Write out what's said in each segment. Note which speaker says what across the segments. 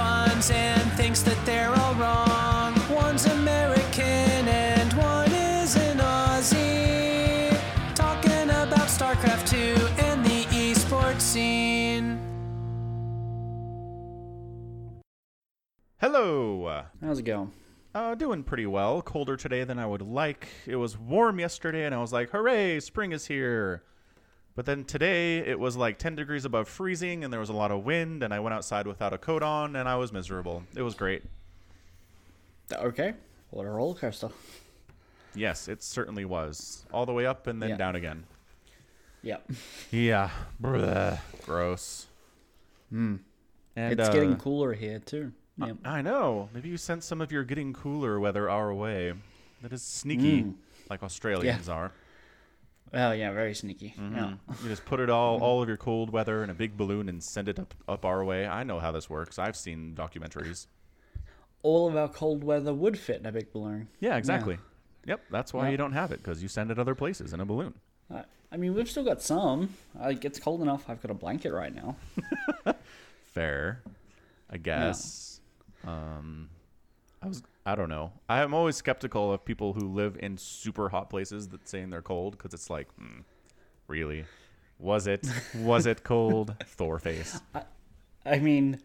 Speaker 1: and thinks that they're all wrong. One's American and one is an Aussie. Talking about StarCraft 2 and the esports scene.
Speaker 2: Hello.
Speaker 3: How's it going?
Speaker 2: Uh, doing pretty well. Colder today than I would like. It was warm yesterday, and I was like, "Hooray, spring is here!" But then today, it was like 10 degrees above freezing, and there was a lot of wind, and I went outside without a coat on, and I was miserable. It was great.
Speaker 3: Okay. What a roller coaster.
Speaker 2: Yes, it certainly was. All the way up and then
Speaker 3: Yeah.
Speaker 2: down again.
Speaker 3: Yep.
Speaker 2: Yeah. Bruh. Gross. Hmm. And
Speaker 3: it's
Speaker 2: uh,
Speaker 3: getting cooler here too. Yep.
Speaker 2: I know. Maybe you sent some of your getting cooler weather our way. That is sneaky, like Australians are.
Speaker 3: Well, oh, yeah, very sneaky. Yeah.
Speaker 2: You just put it all, all of your cold weather in a big balloon and send it up, up our way. I know how this works. I've seen documentaries.
Speaker 3: All of our cold weather would fit in a big balloon.
Speaker 2: Yeah, exactly. Yep, that's why
Speaker 3: Yeah.
Speaker 2: you don't have it because you send it other places in a balloon.
Speaker 3: I, I mean, we've still got some. Uh, it gets cold enough. I've got a blanket right now.
Speaker 2: Fair, I guess. Um, I was, I don't know. I am always skeptical of people who live in super hot places that saying they're cold because it's like, mm, really, was it? Was it cold? Thor face.
Speaker 3: I mean,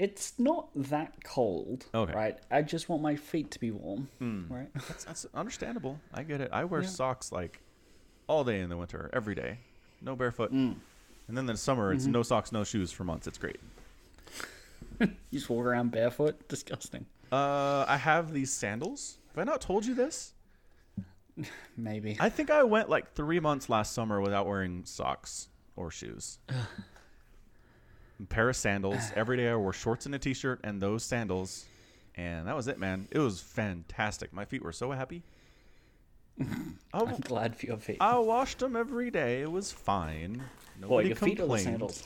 Speaker 3: it's not that cold.
Speaker 2: Okay.
Speaker 3: Right. I just want my feet to be warm. Right.
Speaker 2: That's, that's understandable. I get it. I wear socks like all day in the winter, every day, no barefoot. And then in the summer, it's no socks, no shoes for months. It's great.
Speaker 3: You just walk around barefoot. Disgusting.
Speaker 2: Uh, I have these sandals. Have I not told you this?
Speaker 3: Maybe.
Speaker 2: I think I went like three months last summer without wearing socks or shoes. A pair of sandals. Every day I wore shorts and a t shirt and those sandals. And that was it, man. It was fantastic. My feet were so happy. Oh, I,
Speaker 3: I'm glad for your feet.
Speaker 2: I washed them every day. It was fine. Nobody
Speaker 3: Well, your
Speaker 2: complained.
Speaker 3: feet are the sandals.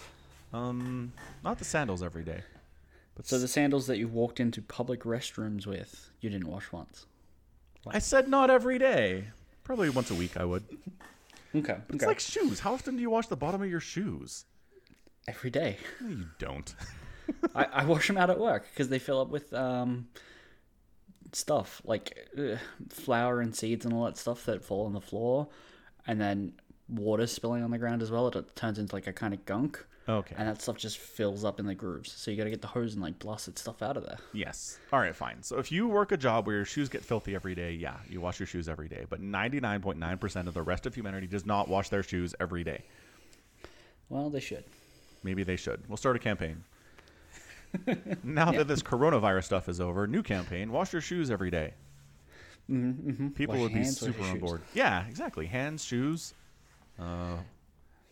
Speaker 2: Um, not the sandals every day. But
Speaker 3: So the sandals that you walked into public restrooms with, you didn't wash once.
Speaker 2: I said not every day. Probably once a week I would.
Speaker 3: Okay.
Speaker 2: It's
Speaker 3: okay.
Speaker 2: like shoes. How often do you wash the bottom of your shoes?
Speaker 3: every day.
Speaker 2: No, you don't.
Speaker 3: I, I wash them out at work because they fill up with um, stuff like uh, flour and seeds and all that stuff that fall on the floor, and then water spilling on the ground as well. It, it turns into like a kind of gunk,
Speaker 2: Oh, Okay.
Speaker 3: and that stuff just fills up in the grooves. So you got to get the hose and like blast that stuff out of there.
Speaker 2: Yes. All right, fine. So if you work a job where your shoes get filthy every day, yeah, you wash your shoes every day. But 99.9% of the rest of humanity does not wash their shoes every day.
Speaker 3: Well, they should.
Speaker 2: Maybe they should. We'll start a campaign. now that this coronavirus stuff is over, new campaign, wash your shoes every day. People
Speaker 3: Mm-hmm, Wash
Speaker 2: would be
Speaker 3: hands, wash
Speaker 2: super
Speaker 3: your
Speaker 2: on
Speaker 3: shoes.
Speaker 2: board. Yeah, exactly. Hands, shoes. Uh,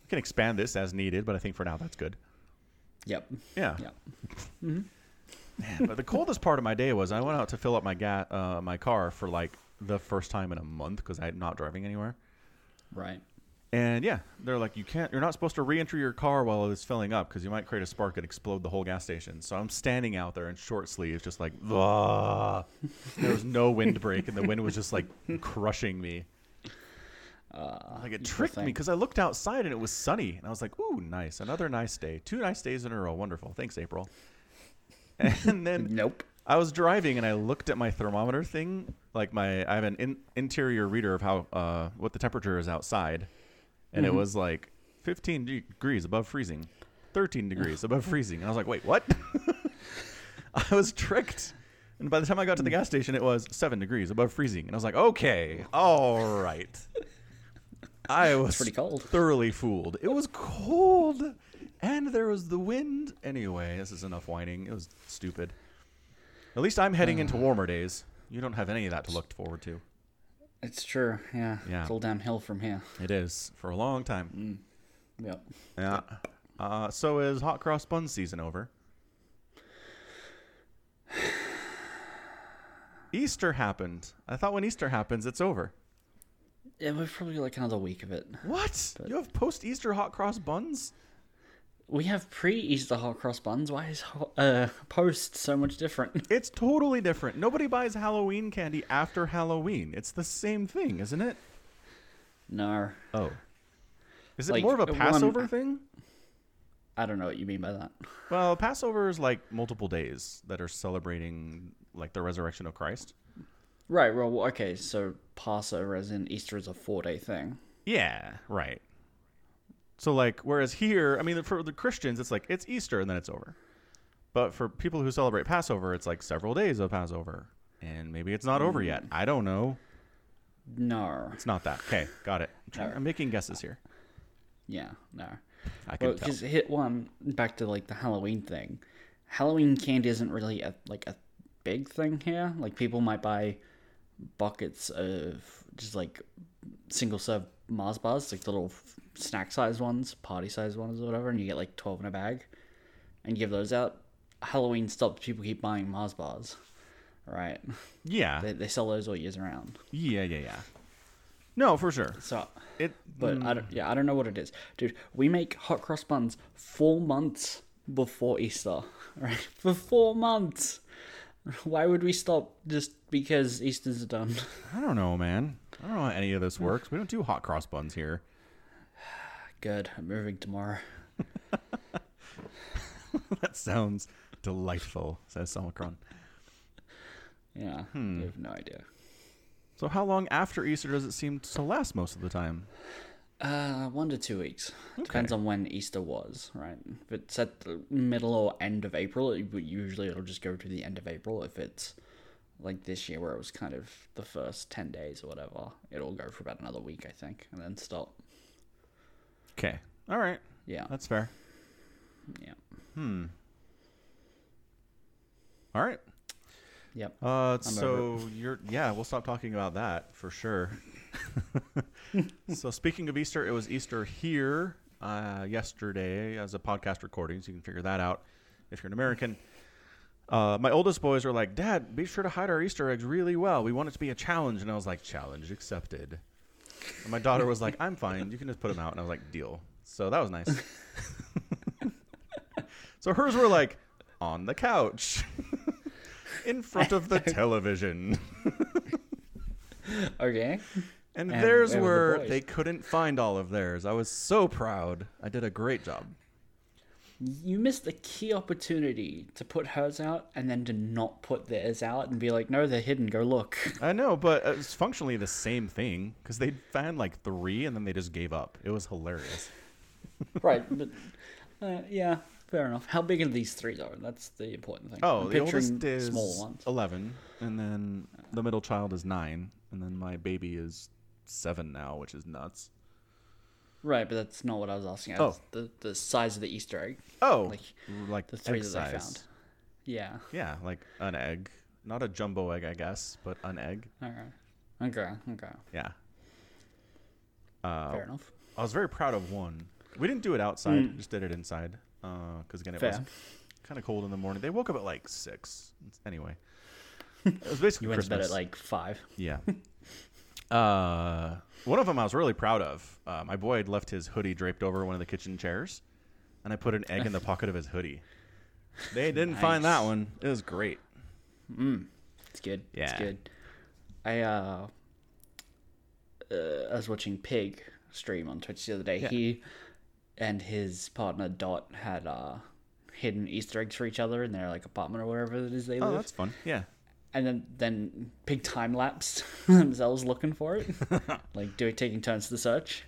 Speaker 2: we can expand this as needed, but I think for now that's good.
Speaker 3: Yep.
Speaker 2: Yeah.
Speaker 3: Yep.
Speaker 2: Man, but the coldest part of my day was I went out to fill up my ga- uh, my car for like the first time in a month because I'm not driving anywhere.
Speaker 3: Right.
Speaker 2: And yeah, they're like, you can't, you're not supposed to re-enter your car while it's filling up because you might create a spark and explode the whole gas station. So I'm standing out there in short sleeves, just like, "Ugh." there was no windbreak, and the wind was just like crushing me. like it tricked me
Speaker 3: thing.
Speaker 2: because I looked outside and it was sunny, and I was like, ooh, nice, another nice day, two nice days in a row, wonderful, thanks, April. And then
Speaker 3: Nope.
Speaker 2: I was driving and I looked at my thermometer thing, like my I have an in, interior reader of how uh, what the temperature is outside, and
Speaker 3: Mm-hmm.
Speaker 2: it was like 15 de- degrees above freezing, 13 degrees above freezing, and I was like, wait, what? I was tricked, and by the time I got to the gas station, it was seven degrees above freezing, and I was like, okay, all right. I was
Speaker 3: pretty cold.
Speaker 2: thoroughly fooled. It was cold, and there was the wind. Anyway, this is enough whining. It was stupid. At least I'm heading
Speaker 3: Uh.
Speaker 2: into warmer days. You don't have any of that to look forward to.
Speaker 3: It's true. Yeah.
Speaker 2: Yeah.
Speaker 3: It's all downhill from here.
Speaker 2: It is for a long time.
Speaker 3: Yep.
Speaker 2: Yeah. Uh, so is hot cross bun season over? Easter happened. I thought when Easter happens, it's over.
Speaker 3: Yeah, we've probably got like another week of it.
Speaker 2: What? you have post Easter hot cross buns?
Speaker 3: We have pre Easter hot cross buns. Why is ho- uh, post so much different?
Speaker 2: It's totally different. Nobody buys Halloween candy after Halloween. It's the same thing, isn't it?
Speaker 3: no.
Speaker 2: Oh. Is it
Speaker 3: Like,
Speaker 2: more of a
Speaker 3: uh, one-
Speaker 2: Passover thing?
Speaker 3: I don't know what you mean by that.
Speaker 2: Well, Passover is like multiple days that are celebrating like the resurrection of Christ.
Speaker 3: Right. Well, okay. So Passover, as in Easter, is a four-day thing.
Speaker 2: Yeah, right. So like, whereas here, I mean, for the Christians, it's like it's Easter and then it's over. But for people who celebrate Passover, it's like several days of Passover, and maybe it's not over yet. I don't know.
Speaker 3: No.
Speaker 2: It's not that. Okay, got it. I'm, trying- I'm making guesses here.
Speaker 3: Yeah. No.
Speaker 2: I can
Speaker 3: Well,
Speaker 2: tell.
Speaker 3: because hit one back to like the Halloween thing. Halloween candy isn't really a like a big thing here. Like people might buy buckets of just like single serve Mars bars, like the little snack sized ones, party sized ones, or whatever, and you get like twelve in a bag, and give those out. Halloween stops. People keep buying Mars bars, right?
Speaker 2: Yeah,
Speaker 3: They, they sell those all years round.
Speaker 2: yeah, yeah, yeah. No, for sure.
Speaker 3: So
Speaker 2: It
Speaker 3: But I don't. Yeah, I don't know what it is, dude. We make hot cross buns four months before Easter, right? For four months. Why would we stop just because Easter's done?
Speaker 2: I don't know, man. I don't know how any of this works. We don't do hot cross buns here.
Speaker 3: Good. I'm moving tomorrow.
Speaker 2: That sounds delightful, says Omicron.
Speaker 3: Yeah, you have no idea.
Speaker 2: So, how long after Easter does it seem to last most of the time?
Speaker 3: Uh, one to two weeks. Depends on when Easter was, right? If it's at the middle or end of April, it, would- usually it'll just go to the end of April. If it's like this year, where it was kind of the first ten days or whatever, it'll go for about another week, I think, and then stop.
Speaker 2: Okay. All right.
Speaker 3: Yeah.
Speaker 2: That's fair.
Speaker 3: Yeah.
Speaker 2: All right.
Speaker 3: Yep.
Speaker 2: Uh,
Speaker 3: I'm
Speaker 2: so you're yeah, we'll stop talking about that for sure. so speaking of Easter, it was Easter here uh, yesterday as a podcast recording, so you can figure that out if you're an American. Uh, my oldest boys are like, Dad, be sure to hide our Easter eggs really well. We want it to be a challenge, and I was like, Challenge accepted. And my daughter was like, I'm fine. You can just put them out, and I was like, Deal. So that was nice. so hers were like on the couch. in front of the television.
Speaker 3: okay.
Speaker 2: And,
Speaker 3: And
Speaker 2: theirs
Speaker 3: there were
Speaker 2: were,
Speaker 3: the boys.
Speaker 2: they couldn't find all of theirs. I was so proud. I did a great job.
Speaker 3: You missed a key opportunity to put hers out and then to not put theirs out and be like, no, they're hidden. Go look.
Speaker 2: I know, but it's functionally the same thing because they found like three and then they just gave up. It was hilarious.
Speaker 3: right. But uh, yeah, fair enough. How big are these three though? That's the important thing.
Speaker 2: Oh,
Speaker 3: I'm
Speaker 2: the
Speaker 3: picturing
Speaker 2: oldest is
Speaker 3: small ones.
Speaker 2: eleven, and then the middle child is nine, and then my baby is seven now, which is nuts.
Speaker 3: Right, but that's not what I was asking. I
Speaker 2: Oh.
Speaker 3: was the the size of the Easter egg.
Speaker 2: Oh, like,
Speaker 3: Like,
Speaker 2: like
Speaker 3: the three
Speaker 2: egg
Speaker 3: that
Speaker 2: size.
Speaker 3: I found. Yeah.
Speaker 2: Yeah, like an egg, not a jumbo egg, I guess, but an egg.
Speaker 3: All right. Okay. Okay.
Speaker 2: Yeah, Oh.
Speaker 3: fair enough.
Speaker 2: I was very proud of one. We didn't do it outside; just did it inside. Because again, it was
Speaker 3: Fair.
Speaker 2: kind of cold in the morning. They woke up at like six. Anyway, it was basically
Speaker 3: You went
Speaker 2: Christmas.
Speaker 3: to bed at like five.
Speaker 2: yeah. uh, one of them I was really proud of. Uh, my boy had left his hoodie draped over one of the kitchen chairs, and I put an egg in the pocket of his hoodie. They didn't find that
Speaker 3: Nice.
Speaker 2: one. It was great.
Speaker 3: It's good.
Speaker 2: Yeah.
Speaker 3: It's good. I uh, uh I was watching Pig stream on Twitch the other day. He and his partner Dot had uh hidden Easter eggs for each other in their like apartment or wherever it is they
Speaker 2: Oh,
Speaker 3: live.
Speaker 2: that's fun. Yeah.
Speaker 3: And then then Pig time lapsed themselves looking for it. like doing taking turns to search.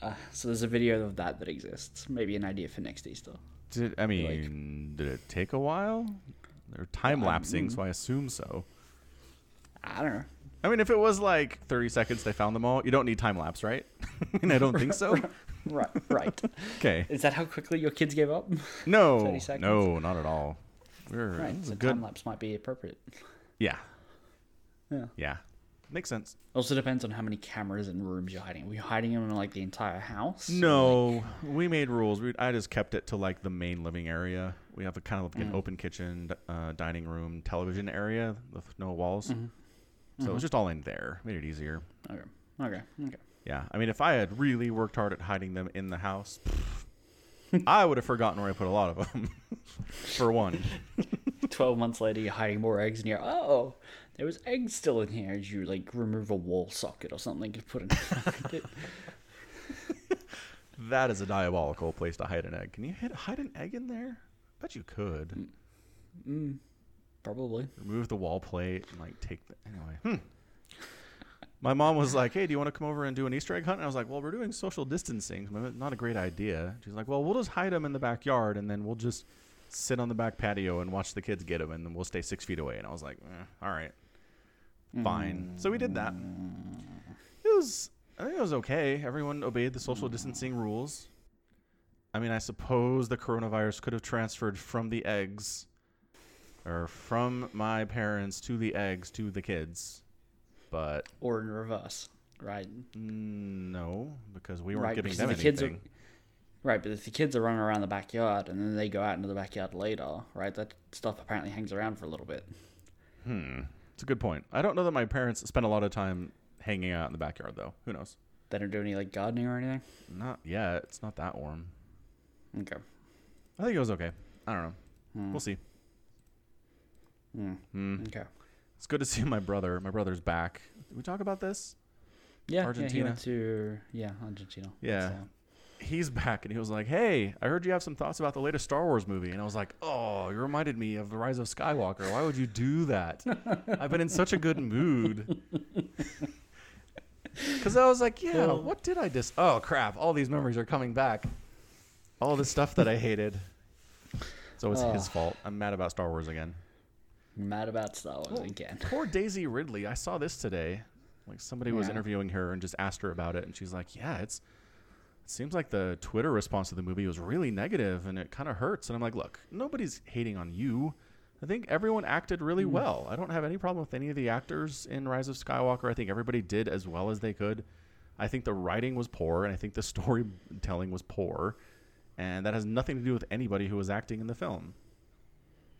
Speaker 3: Uh, so there's a video of that that exists. Maybe an idea for next Easter.
Speaker 2: Did I mean? did it take a while? They're time lapsing, so I assume so.
Speaker 3: I don't know.
Speaker 2: I mean, if it was like 30 seconds, they found them all. You don't need time lapse, right? I mean, I don't think so.
Speaker 3: Right, right.
Speaker 2: Okay.
Speaker 3: is that how quickly your kids gave up?
Speaker 2: No,
Speaker 3: 30 seconds.
Speaker 2: no, not at all. We're
Speaker 3: Right,
Speaker 2: it's
Speaker 3: so
Speaker 2: a good.
Speaker 3: time lapse might be appropriate.
Speaker 2: Yeah,
Speaker 3: Yeah.
Speaker 2: yeah, makes sense.
Speaker 3: Also depends on how many cameras and rooms you're hiding. Were you hiding them in like the entire house?
Speaker 2: No, we made rules. We, I just kept it to like the main living area. We have a kind of like
Speaker 3: Mm.
Speaker 2: an open kitchen, d- uh, dining room, television area with no walls.
Speaker 3: Mm-hmm.
Speaker 2: So it was just all in there. Made it easier.
Speaker 3: Okay. Okay. Okay.
Speaker 2: Yeah, I mean, if I had really worked hard at hiding them in the house, pff, I would have forgotten where I put a lot of them. For one.
Speaker 3: Twelve months later, you're hiding more eggs, and you're oh, there was eggs still in here. Did you like remove a wall socket or something to put in?
Speaker 2: that is a diabolical place to hide an egg. Can you hid- hide an egg in there? Bet you could.
Speaker 3: Probably.
Speaker 2: remove the wall plate and like take the anyway. Hmm. My mom was like, "Hey, do you want to come over and do an Easter egg hunt?" And I was like, "Well, we're doing social distancing. so maybe Not a great idea." She's like, "Well, we'll just hide them in the backyard, and then we'll just sit on the back patio and watch the kids get them, and then we'll stay six feet away." And I was like, eh, "All right, fine." So we did that. It was, I think it was okay. Everyone obeyed the social distancing rules. I mean, I suppose the coronavirus could have transferred from the eggs or from my parents to the eggs to the kids. But
Speaker 3: Or in reverse, right?
Speaker 2: no, because we weren't
Speaker 3: right.
Speaker 2: giving
Speaker 3: because
Speaker 2: them
Speaker 3: if the kids
Speaker 2: anything.
Speaker 3: are right, but if the kids are running around the backyard and then they go out into the backyard later, right? That stuff apparently hangs around for a little bit.
Speaker 2: Hmm, It's a good point. I don't know that my parents spent a lot of time hanging out in the backyard, though. Who knows?
Speaker 3: They don't do any like gardening or anything.
Speaker 2: Not yet. It's not that warm.
Speaker 3: Okay.
Speaker 2: I think it was okay. I don't know.
Speaker 3: Hmm.
Speaker 2: We'll see. Hmm.
Speaker 3: Okay.
Speaker 2: It's good to see my brother. My brother's back. Did we talk about this?
Speaker 3: Yeah, Yeah, he
Speaker 2: Argentina.
Speaker 3: went to yeah Argentina.
Speaker 2: Yeah. He's back and he was like, Hey, I heard you have some thoughts about the latest Star Wars movie. And I was like, Oh, you reminded me of The Rise of Skywalker. Why would you do that? I've been in such a good mood. Because I was like, Yeah, what did I dis? Oh, crap. All these memories are coming back. All the stuff that I hated. So it's his fault. I'm mad about Star Wars again.
Speaker 3: Mad about Star Wars again.
Speaker 2: Poor Daisy Ridley. I saw this today. Like somebody was
Speaker 3: Yeah.
Speaker 2: interviewing her and just asked her about it, and she's like, "Yeah, it's." It seems like the Twitter response to the movie was really negative, and it kind of hurts. And I'm like, "Look, nobody's hating on you. I think everyone acted really
Speaker 3: Hmm.
Speaker 2: well. I don't have any problem with any of the actors in Rise of Skywalker. I think everybody did as well as they could. I think the writing was poor, and I think the storytelling was poor, and that has nothing to do with anybody who was acting in the film."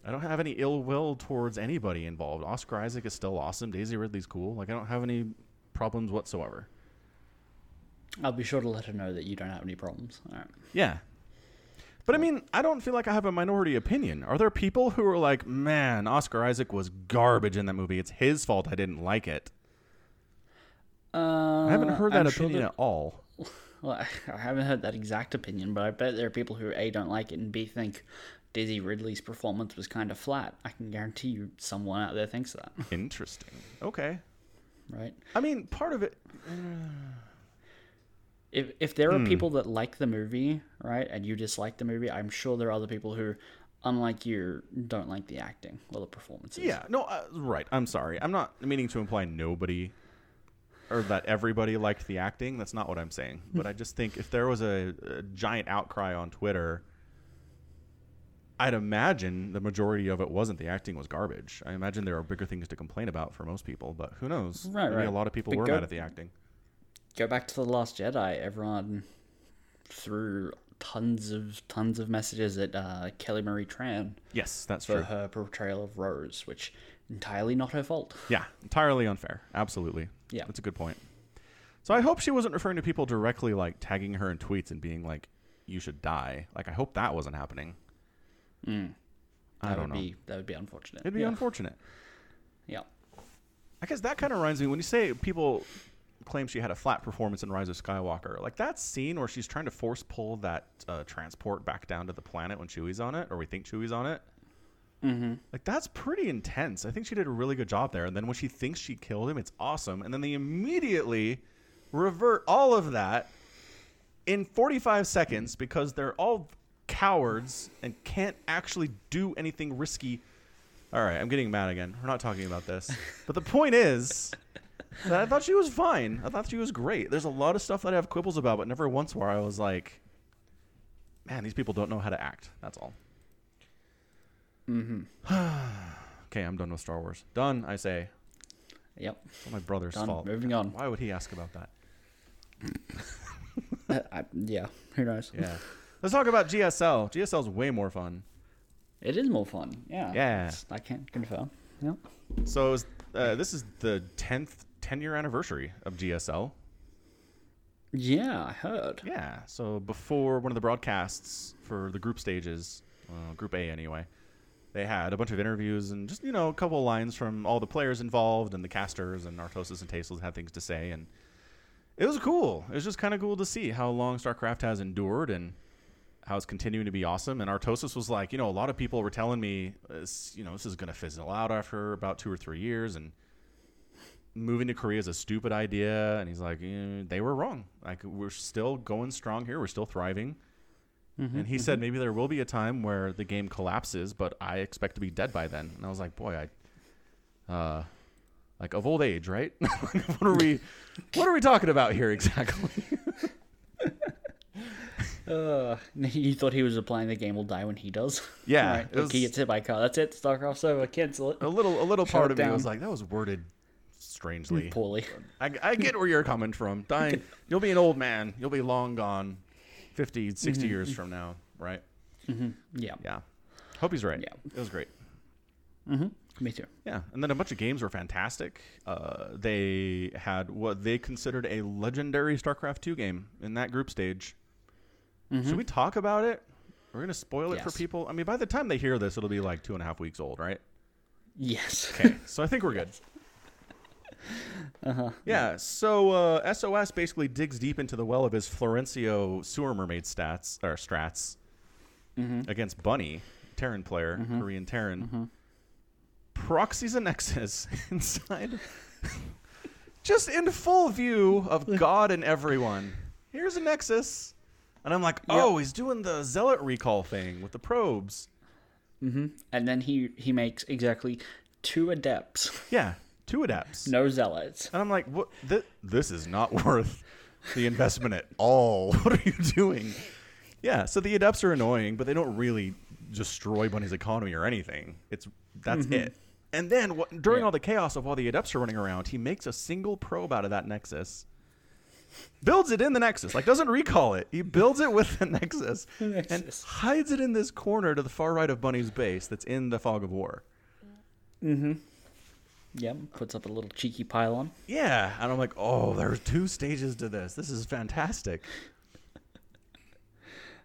Speaker 2: I don't have any ill will towards anybody involved. Oscar Isaac is still awesome. Daisy Ridley's cool. Like I don't have any problems whatsoever.
Speaker 3: I'll be sure to let her know that you don't have any problems. All right.
Speaker 2: Yeah. But I mean, I don't feel like I have a minority opinion. Are there people who are like, "Man, Oscar Isaac was garbage in that movie. It's his fault I didn't like it."
Speaker 3: Uh,
Speaker 2: I haven't heard that
Speaker 3: I'm sure
Speaker 2: opinion
Speaker 3: that-
Speaker 2: at all.
Speaker 3: Well, I haven't heard that exact opinion, but I bet there are people who A, don't like it, and B, think Daisy Ridley's performance was kind of flat. I can guarantee you someone out there thinks that,
Speaker 2: Interesting. Okay.
Speaker 3: right?
Speaker 2: I mean, part of it
Speaker 3: If, if there are
Speaker 2: Hmm.
Speaker 3: people that like the movie, right, and you dislike the movie, I'm sure there are other people who, unlike you, don't like the acting or the performances.
Speaker 2: Yeah, no, uh, right. I'm sorry. I'm not meaning to imply nobody or that everybody liked the acting. That's not what I'm saying. But I just think if there was a, a giant outcry on Twitter, I'd imagine the majority of it wasn't the acting was garbage. I imagine there are bigger things to complain about for most people, but who knows?
Speaker 3: Right,
Speaker 2: Maybe
Speaker 3: right.
Speaker 2: a lot of people
Speaker 3: But
Speaker 2: were
Speaker 3: go-
Speaker 2: mad at the acting.
Speaker 3: Go back to The Last Jedi. Everyone threw tons of tons of messages at uh, Kelly Marie Tran
Speaker 2: Yes, that's
Speaker 3: for
Speaker 2: true.
Speaker 3: her portrayal of Rose, which entirely not her fault.
Speaker 2: Yeah, entirely unfair. Absolutely.
Speaker 3: Yeah.
Speaker 2: That's a good point. So I hope she wasn't referring to people directly like tagging her in tweets and being like, you should die. Like, I hope that wasn't happening. I
Speaker 3: that
Speaker 2: don't
Speaker 3: would
Speaker 2: know.
Speaker 3: be that would be unfortunate.
Speaker 2: It'd be
Speaker 3: yeah.
Speaker 2: unfortunate.
Speaker 3: yeah.
Speaker 2: I guess that kind of reminds me when you say people claim she had a flat performance in Rise of Skywalker, like that scene where she's trying to force pull that uh, transport back down to the planet when Chewie's on it, or we think Chewie's on it. Mm-hmm. Like that's pretty intense. I think she did a really good job there. And then when she thinks she killed him, it's awesome. And then they immediately revert all of that in 45 seconds because they're all cowards and can't actually do anything risky. All right, I'm getting mad again. We're not talking about this. But the point is that I thought she was fine. I thought she was great. There's a lot of stuff that I have quibbles about, but never once where I was like, man, these people don't know how to act. That's all. Mm-hmm. okay, I'm done with Star Wars. Done, I say.
Speaker 3: Yep.
Speaker 2: It's all my brother's
Speaker 3: Done.
Speaker 2: fault.
Speaker 3: Moving on.
Speaker 2: Why would he ask about that?
Speaker 3: Uh, I, yeah. Who knows?
Speaker 2: Yeah. Let's talk about GSL. GSL's way more fun.
Speaker 3: It is more fun. Yeah.
Speaker 2: Yeah.
Speaker 3: It's- I can't confirm. Yep.
Speaker 2: So it was, uh, this is the 10th 10 year anniversary of GSL.
Speaker 3: Yeah, I heard.
Speaker 2: Yeah. So before one of the broadcasts for the group stages, uh, Group A anyway, they had a bunch of interviews and just you know a couple of lines from all the players involved and the casters and Artosis and Tasteless had things to say and it was cool. It was just kind of cool to see how long StarCraft has endured and how it's continuing to be awesome. And Artosis was like, you know, a lot of people were telling me, this, you know, this is going to fizzle out after about two or three years, and moving to Korea is a stupid idea. And he's like, eh, they were wrong. Like we're still going strong here. We're still thriving. and he said maybe there will be a time where the game collapses, but I expect to be dead by then. And I was like, boy, I, uh, like of old age, right? what are we, what are we talking about here exactly?
Speaker 3: Uh, you thought he was implying the game will die when he does.
Speaker 2: Yeah,
Speaker 3: Right,
Speaker 2: it
Speaker 3: like
Speaker 2: was- Oh.
Speaker 3: he gets hit by a car. That's it. Starcraft's over. Cancel it.
Speaker 2: a little a little part
Speaker 3: it
Speaker 2: of me was
Speaker 3: down.
Speaker 2: like that was worded strangely
Speaker 3: Poorly.
Speaker 2: I, I get where you're coming from dying you'll be an old man you'll be long gone 50 60 years
Speaker 3: Mm-hmm.
Speaker 2: from now right
Speaker 3: Yeah.
Speaker 2: yeah hope he's right
Speaker 3: Yeah.
Speaker 2: it was great
Speaker 3: Me too.
Speaker 2: yeah and then a bunch of games were fantastic uh, they had what they considered a legendary starcraft 2 game in that group stage should we talk about it we're gonna spoil it for
Speaker 3: Mm-hmm. Yes.
Speaker 2: people i mean by the time they hear this it'll be like two and a half weeks old right
Speaker 3: Yes.
Speaker 2: Okay, so I think we're good. Yeah, so uh, SOS basically digs deep into the well of his Florencio sewer mermaid stats or strats against Bunny, Terran player, Korean Terran, proxies a Nexus inside, just in full view of God and everyone. Here's a Nexus, and I'm like, oh, he's doing the zealot recall thing with the probes.
Speaker 3: And then he he makes exactly two adepts,
Speaker 2: Yeah, two adepts.
Speaker 3: no zealots.
Speaker 2: And I'm like, what? Th- this is not worth the investment at all. What are you doing? Yeah. So the adepts are annoying, but they don't really destroy Bunny's economy or anything. It's that's it. And then what, during
Speaker 3: Yeah.
Speaker 2: all the chaos of all the adepts are running around, he makes a single probe out of that nexus. Builds it in the Nexus, like doesn't recall it. He builds it with the Nexus,
Speaker 3: Nexus.
Speaker 2: and hides it in this corner to the far right of Bunny's base. That's in the fog of war.
Speaker 3: Yep. Puts up a little cheeky pylon.
Speaker 2: Yeah, and I'm like, oh, there are two stages to this. This is fantastic.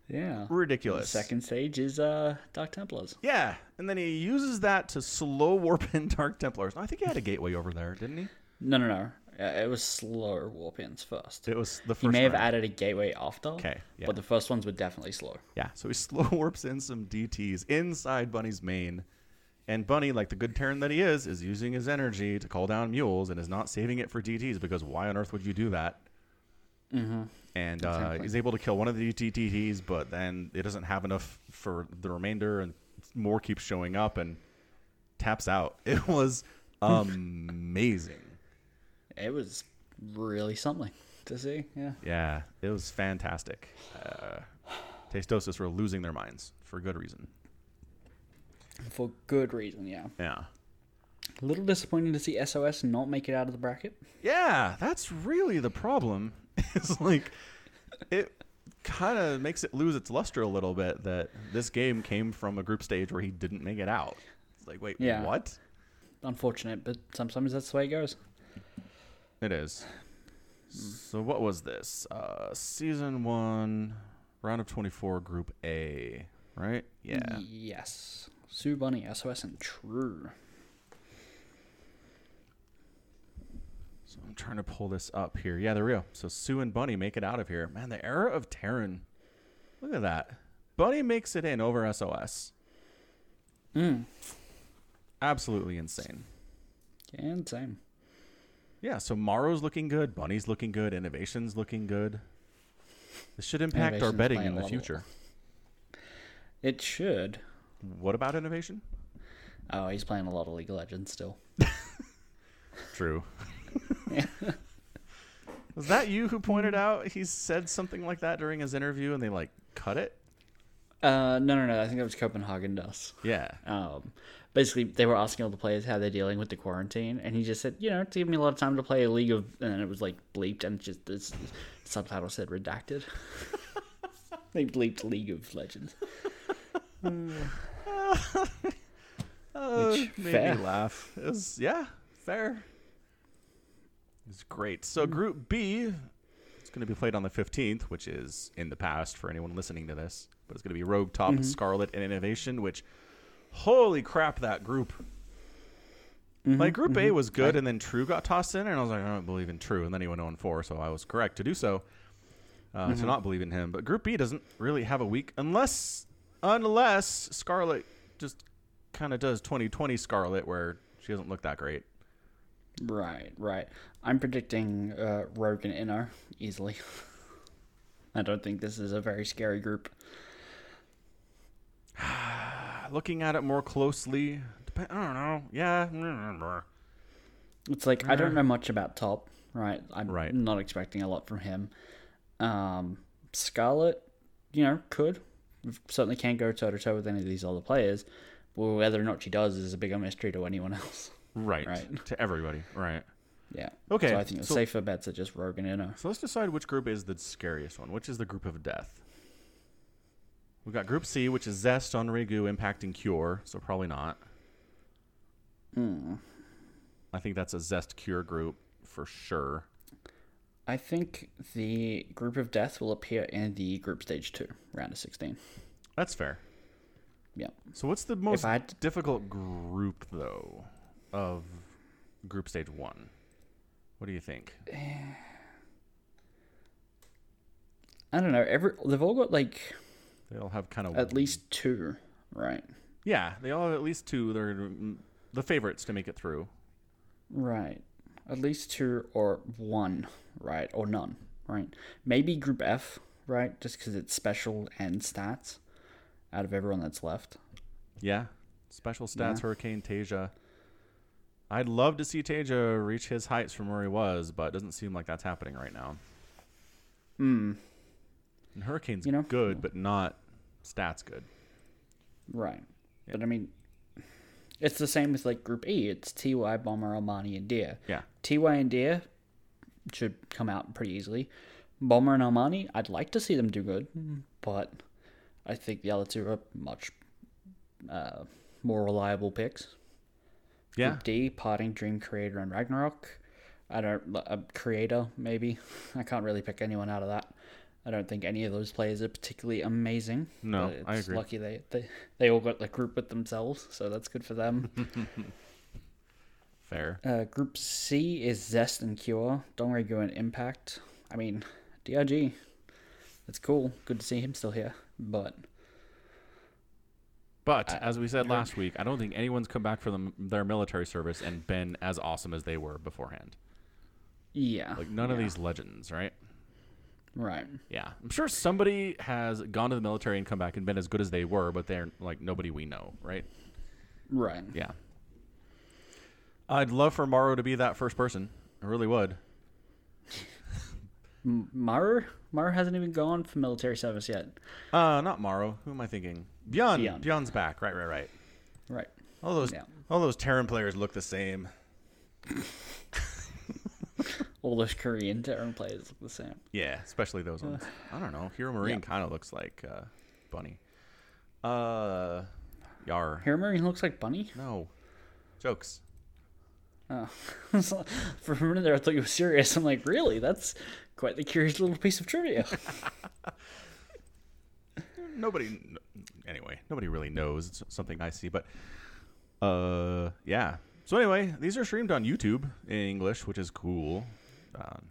Speaker 3: Yeah. The
Speaker 2: ridiculous.
Speaker 3: second stage is uh Dark Templars.
Speaker 2: Yeah, and then he uses that to slow warp in Dark Templars. I think he had a gateway over there, didn't he?
Speaker 3: No, no, no. Uh, it was slower warp ins first.
Speaker 2: It was the first.
Speaker 3: He may have
Speaker 2: round.
Speaker 3: added a gateway after.
Speaker 2: 'Kay, yeah.
Speaker 3: But the first ones were definitely slow.
Speaker 2: Yeah, so he slow warps in some DTs inside Bunny's main, and Bunny, like the good Terran that he is, is using his energy to call down mules and is not saving it for DTs because why on earth would you do that? And uh,
Speaker 3: Exactly.
Speaker 2: he's able to kill one of the DTTs, but then it doesn't have enough for the remainder, and more keeps showing up and taps out. It was amazing.
Speaker 3: It was really something to see. Yeah.
Speaker 2: Yeah, it was fantastic. Uh, Tastosis were losing their minds for good reason.
Speaker 3: For good reason. Yeah.
Speaker 2: Yeah.
Speaker 3: A little disappointing to see SOS not make it out of the bracket.
Speaker 2: Yeah, that's really the problem. it's like it kind of makes it lose its luster a little bit that this game came from a group stage where he didn't make it out. It's like, wait,
Speaker 3: Yeah.
Speaker 2: what?
Speaker 3: Unfortunate, but sometimes that's the way it goes.
Speaker 2: It is. So what was this? Uh season 1, round of 24, group A, right? Yeah.
Speaker 3: Yes. Sue Bunny, SOS, and True.
Speaker 2: So I'm trying to pull this up here. Yeah, they're real. So Sue and Bunny make it out of here. Man, the era of Terran. Look at that. Bunny makes it in over SOS.
Speaker 3: Hmm.
Speaker 2: Absolutely insane.
Speaker 3: And same.
Speaker 2: Yeah, so Morrow's looking good. Bunny's looking good. Innovation's looking good. This should impact our
Speaker 3: Innovation's
Speaker 2: betting
Speaker 3: playing
Speaker 2: in the
Speaker 3: level.
Speaker 2: future.
Speaker 3: It should.
Speaker 2: What about innovation?
Speaker 3: Oh, he's playing a lot of League of Legends still.
Speaker 2: True. Was that you who pointed out he said something like that during his interview and they like cut it?
Speaker 3: Uh, no, no, no. I think that was Copenhagen Dust.
Speaker 2: Yeah.
Speaker 3: Um, basically, they were asking all the players how they're dealing with the quarantine, and he just said, you know, it's given me a lot of time to play a League of. And then it was like bleeped, and just this subtitle said redacted. they bleeped League of Legends.
Speaker 2: Uh,
Speaker 3: Which,
Speaker 2: made
Speaker 3: fair.
Speaker 2: me laugh. It was, yeah, fair. It's great. So
Speaker 3: Hmm.
Speaker 2: Group B, it's going to be played on the fifteenth, which is in the past for anyone listening to this. But it's going to be Rogue Top,
Speaker 3: Mm-hmm.
Speaker 2: Scarlet, and Innovation. Which, holy crap, that group!
Speaker 3: Mm-hmm,
Speaker 2: Like Group A was good, and then True got tossed in, and I was like, I don't believe in True, and then he went 0 4, so I was correct to do so, uh, to not believe in him. But Group B doesn't really have a week unless unless Scarlet just kind of does 2020 Scarlet, where she doesn't look that great.
Speaker 3: Right, right. I'm predicting uh, Rogue and Inno easily. I don't think this is a very scary group.
Speaker 2: Uh, Looking at it more closely, dep- I don't know. Yeah,
Speaker 3: It's like I don't know much about Top, right? I'm
Speaker 2: Right.
Speaker 3: not expecting a lot from him. Um, Scarlet, you know, could certainly can go toe to toe with any of these other players. But whether or not she does is a bigger mystery to anyone else.
Speaker 2: right,
Speaker 3: Right.
Speaker 2: to everybody, right.
Speaker 3: Yeah.
Speaker 2: Okay,
Speaker 3: So I think the
Speaker 2: so-
Speaker 3: safer bets are just Rogue and uh, Inno.
Speaker 2: So let's decide which group is the scariest one. Which is the group of death? We've got Group C, which is Zest on Regu impacting Cure, so probably not. I think that's a Zest Cure group for sure.
Speaker 3: I think the group of death will appear in the group stage two, round of sixteen.
Speaker 2: That's fair.
Speaker 3: Yeah.
Speaker 2: So what's the most
Speaker 3: I had to-
Speaker 2: difficult group though of group stage one? What do you think?
Speaker 3: I don't know. Every they've all got like
Speaker 2: They all have kind of
Speaker 3: at least two, right?
Speaker 2: yeah. They all have at least two. They're mm, the favorites to make it through.
Speaker 3: Right. At least two or one, right? Or none, right? Maybe group F, right? Just because it's special and stats out of everyone that's left.
Speaker 2: Yeah. Special stats, Hurricane Tasia. I'd love to see Tasia reach his heights from where he was, but it doesn't seem like that's happening right now. Hmm. And Hurricane's
Speaker 3: You know?
Speaker 2: good, but not stats good.
Speaker 3: Right. But I mean, it's the same with like group E. It's TY, Bomber, Armani, and Deer.
Speaker 2: Yeah.
Speaker 3: TY and Deer should come out pretty easily. Bomber and Armani, I'd like to see them do good, but I think the other two are much uh, more reliable picks.
Speaker 2: Yeah.
Speaker 3: Group D, Parting, Dream Creator, and Ragnarok. I don't uh, creator maybe. I can't really pick anyone out of that. I don't think any of those players are particularly amazing.
Speaker 2: No,
Speaker 3: but it's
Speaker 2: I agree.
Speaker 3: Lucky they, they they all got the group with themselves, so that's good for them.
Speaker 2: Fair.
Speaker 3: uh, group C is Zest and Cure, Dongregu and Impact. I mean, DRG. That's cool. Good to see him still here, but
Speaker 2: But as we said last week, I don't think anyone's come back from the, their military service and been as awesome as they were beforehand.
Speaker 3: yeah,
Speaker 2: Like none of these legends, right?
Speaker 3: right,
Speaker 2: Yeah. I'm sure somebody has gone to the military and come back and been as good as they were, but they're like nobody we know, right?
Speaker 3: right.
Speaker 2: Yeah. I'd love for Morrow to be that first person. I really would.
Speaker 3: Maru Maru hasn't even gone for military service yet.
Speaker 2: Uh, not Morrow. Who am I thinking? Bjorn.
Speaker 3: Bjorn.
Speaker 2: Bjorn's back. Right, right, right.
Speaker 3: Right.
Speaker 2: All those
Speaker 3: Yeah.
Speaker 2: all those Terran players look the same.
Speaker 3: All those Korean Terran players look the same.
Speaker 2: Yeah, especially those ones. Uh, I don't know. Hero Marine kind of looks like uh, Bunny. Uh, Yar.
Speaker 3: Hero Marine looks like Bunny.
Speaker 2: No, jokes.
Speaker 3: Oh. So, For a minute there, I thought you were serious. I'm like, really? That's quite the curious little piece of trivia.
Speaker 2: nobody kn- anyway nobody really knows it's something i see but uh yeah so anyway these are streamed on youtube in english which is cool um,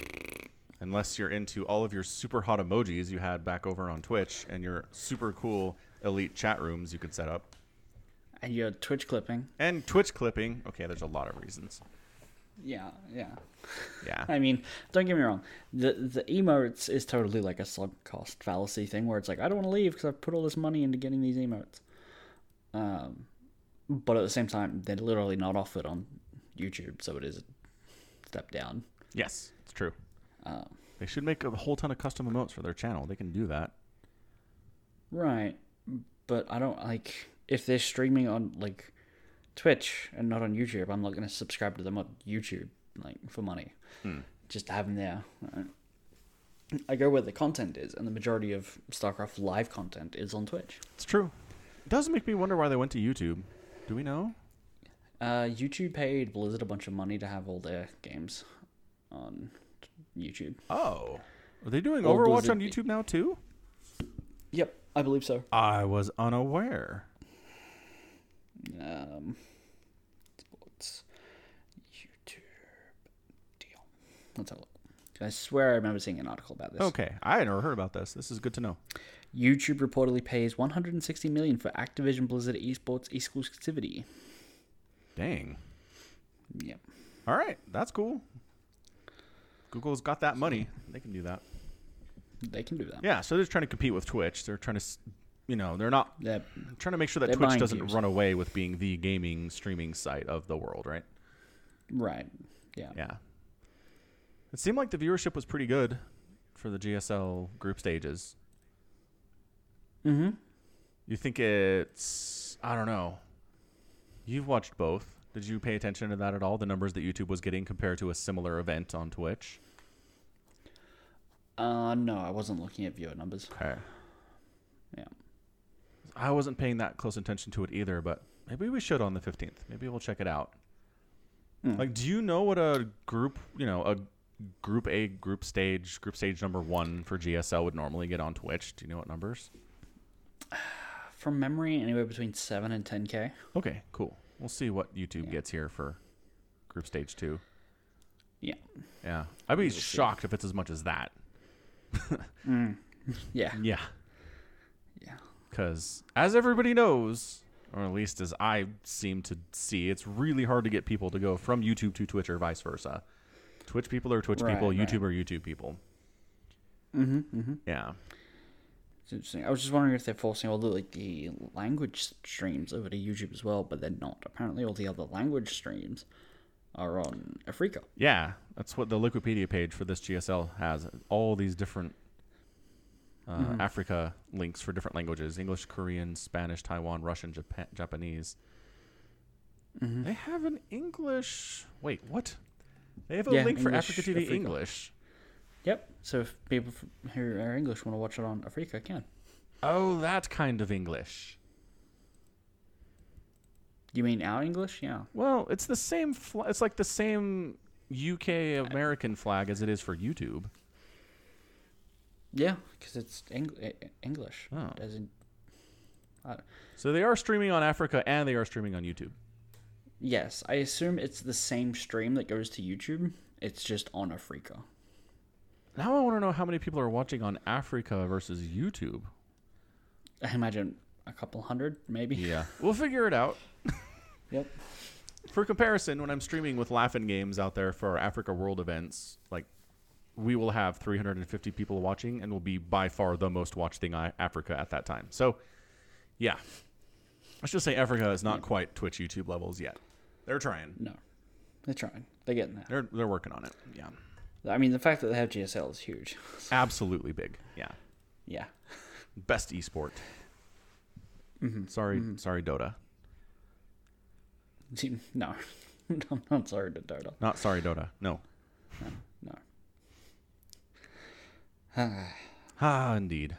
Speaker 2: unless you're into all of your super hot emojis you had back over on twitch and your super cool elite chat rooms you could set up
Speaker 3: and you're Twitch clipping.
Speaker 2: and twitch clipping okay there's a lot of reasons
Speaker 3: Yeah, yeah.
Speaker 2: yeah
Speaker 3: I mean, don't get me wrong. The the emotes is totally like a sunk cost fallacy thing where it's like, I don't want to leave because I've put all this money into getting these emotes. Um, but at the same time, they're literally not offered on YouTube, so it is a step down.
Speaker 2: yes it's true they should make a whole ton of custom emotes for their channel they can do that
Speaker 3: Right. But I don't like if they're streaming on like Twitch and not on YouTube, I'm not gonna subscribe to them on YouTube like for money. Just to have them there. right? I go where the content is, and the majority of StarCraft live content is on Twitch.
Speaker 2: it's true it does make me wonder why they went to youtube do we know
Speaker 3: Uh, YouTube paid Blizzard a bunch of money to have all their games on YouTube.
Speaker 2: Oh. Are they doing
Speaker 3: Or
Speaker 2: Overwatch
Speaker 3: Blizzard-
Speaker 2: on YouTube now too?
Speaker 3: Yep, I believe so.
Speaker 2: I was unaware.
Speaker 3: Um, sports. Let's have a look. I swear I remember seeing an article about this.
Speaker 2: Okay, I had never heard about this. This is good to know.
Speaker 3: YouTube reportedly pays 160 million for Activision Blizzard esports exclusivity.
Speaker 2: Dang.
Speaker 3: Yep.
Speaker 2: All right, that's cool. Google's got that money. They can do that.
Speaker 3: They can do that.
Speaker 2: Yeah, so they're just trying to compete with Twitch. They're trying to, s- you know, they're not
Speaker 3: Yep.
Speaker 2: trying to make sure that
Speaker 3: They're
Speaker 2: Twitch
Speaker 3: buying
Speaker 2: doesn't
Speaker 3: views.
Speaker 2: run away with being the gaming streaming site of the world, right?
Speaker 3: Right. Yeah.
Speaker 2: Yeah. It seemed like the viewership was pretty good for the GSL group stages.
Speaker 3: Mm-hmm.
Speaker 2: You think it's I don't know. You've watched both. Did you pay attention to that at all? The numbers that YouTube was getting compared to a similar event on Twitch?
Speaker 3: Uh, no, I wasn't looking at viewer numbers.
Speaker 2: Okay.
Speaker 3: Yeah.
Speaker 2: I wasn't paying that close attention to it either, but maybe we should on the 15th. Maybe we'll check it out. Like do you know what a group, you know, a group A group stage, group stage number 1 for GSL would normally get on Twitch? Do you know what numbers?
Speaker 3: From memory, anywhere between 7 and 10k.
Speaker 2: Okay, cool. We'll see what YouTube gets here for group stage 2.
Speaker 3: Yeah.
Speaker 2: Yeah. I'd be shocked if it's as much as that.
Speaker 3: Yeah.
Speaker 2: Yeah.
Speaker 3: Yeah.
Speaker 2: Because, as everybody knows, or at least as I seem to see, it's really hard to get people to go from YouTube to Twitch or vice versa. Twitch people are Twitch
Speaker 3: Right,
Speaker 2: people,
Speaker 3: right.
Speaker 2: YouTube are YouTube people. Mm-hmm, Yeah.
Speaker 3: It's interesting. I was just wondering if they're forcing all the like the language streams over to YouTube as well, but they're not. Apparently, all the other language streams are on Africa.
Speaker 2: Yeah. That's what the Wikipedia page for this GSL has. All these different uh,
Speaker 3: Mm-hmm.
Speaker 2: Africa links for different languages English, Korean, Spanish, Taiwan, Russian, Japan, Japanese.
Speaker 3: Mm-hmm.
Speaker 2: They have an English. Wait, what? They have a
Speaker 3: Yeah,
Speaker 2: link for
Speaker 3: English,
Speaker 2: Africa TV
Speaker 3: Africa.
Speaker 2: English.
Speaker 3: Yep. So if people f- who are English want to watch it on Africa, can.
Speaker 2: Oh, that kind of English.
Speaker 3: You mean our English? Yeah.
Speaker 2: Well, it's the same. Fl- it's like the same UK American flag as it is for YouTube.
Speaker 3: Yeah, because it's Eng- e- e- English.
Speaker 2: Oh.
Speaker 3: As in,
Speaker 2: So they are streaming on Africa and they are streaming on YouTube.
Speaker 3: yes, I assume it's the same stream that goes to YouTube. It's just on Africa.
Speaker 2: Now I want to know how many people are watching on Africa versus YouTube.
Speaker 3: I imagine a couple hundred, maybe.
Speaker 2: Yeah, we'll figure it out.
Speaker 3: Yep.
Speaker 2: For comparison, when I'm streaming with Laughing Games out there for our Africa World events, like we will have 350 people watching and will be by far the most watched thing on Africa at that time. So, yeah. Let's just say Africa is not quite Twitch YouTube levels yet. They're trying.
Speaker 3: No, they're trying. They're getting there.
Speaker 2: They're they're working on it. Yeah.
Speaker 3: I mean, the fact that they have GSL is huge.
Speaker 2: Absolutely big. Yeah.
Speaker 3: yeah.
Speaker 2: Best esport. Sorry, sorry Dota.
Speaker 3: No, I'm not sorry to Dota.
Speaker 2: Not sorry Dota. No.
Speaker 3: No.
Speaker 2: Ah, indeed.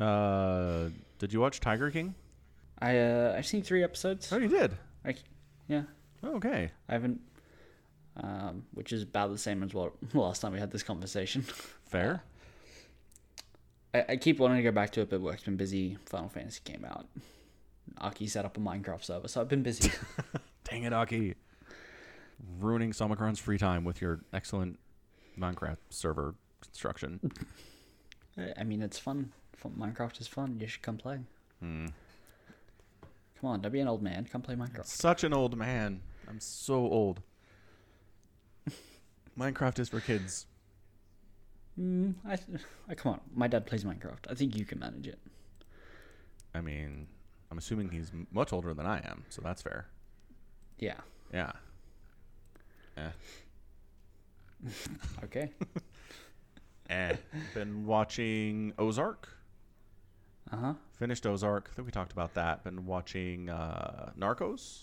Speaker 2: Uh, did you watch Tiger King?
Speaker 3: I uh, I've seen three episodes.
Speaker 2: Oh, you did.
Speaker 3: I, yeah,
Speaker 2: Oh, Okay.
Speaker 3: I haven't. Um, which is about the same as what last time we had this conversation.
Speaker 2: Fair.
Speaker 3: I, I keep wanting to go back to it, but work's been busy. Final Fantasy came out. Aki set up a Minecraft server, so I've been busy.
Speaker 2: Dang it, Aki. Ruining Somicron's free time with your excellent Minecraft server construction.
Speaker 3: I mean, it's fun. Fun- Minecraft is fun. You should come play. Come on, don't be an old man. Come play Minecraft.
Speaker 2: Such an old man. I'm so old. Minecraft is for kids.
Speaker 3: Mm, I, I come on. My dad plays Minecraft. I think you can manage it.
Speaker 2: I mean, I'm assuming he's m- much older than I am, so that's fair.
Speaker 3: Yeah.
Speaker 2: Yeah. Eh.
Speaker 3: Okay.
Speaker 2: Eh. Been watching Ozark.
Speaker 3: Uh huh.
Speaker 2: Finished Ozark. I think we talked about that. Been watching uh, Narcos.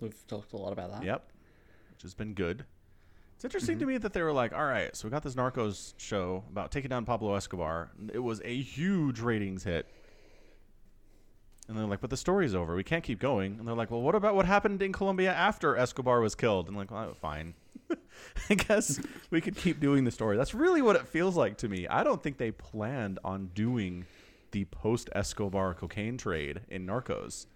Speaker 3: We've talked a lot about that.
Speaker 2: Yep. Which has been good. It's interesting to me that they were like, all right, so we got this Narcos show about taking down Pablo Escobar. and It was a huge ratings hit. And they're like, but the story's over. We can't keep going. And they're like, well, what about what happened in Colombia after Escobar was killed? And like, well, fine. I guess we could keep doing the story. That's really what it feels like to me. I don't think they planned on doing the post Escobar cocaine trade in Narcos.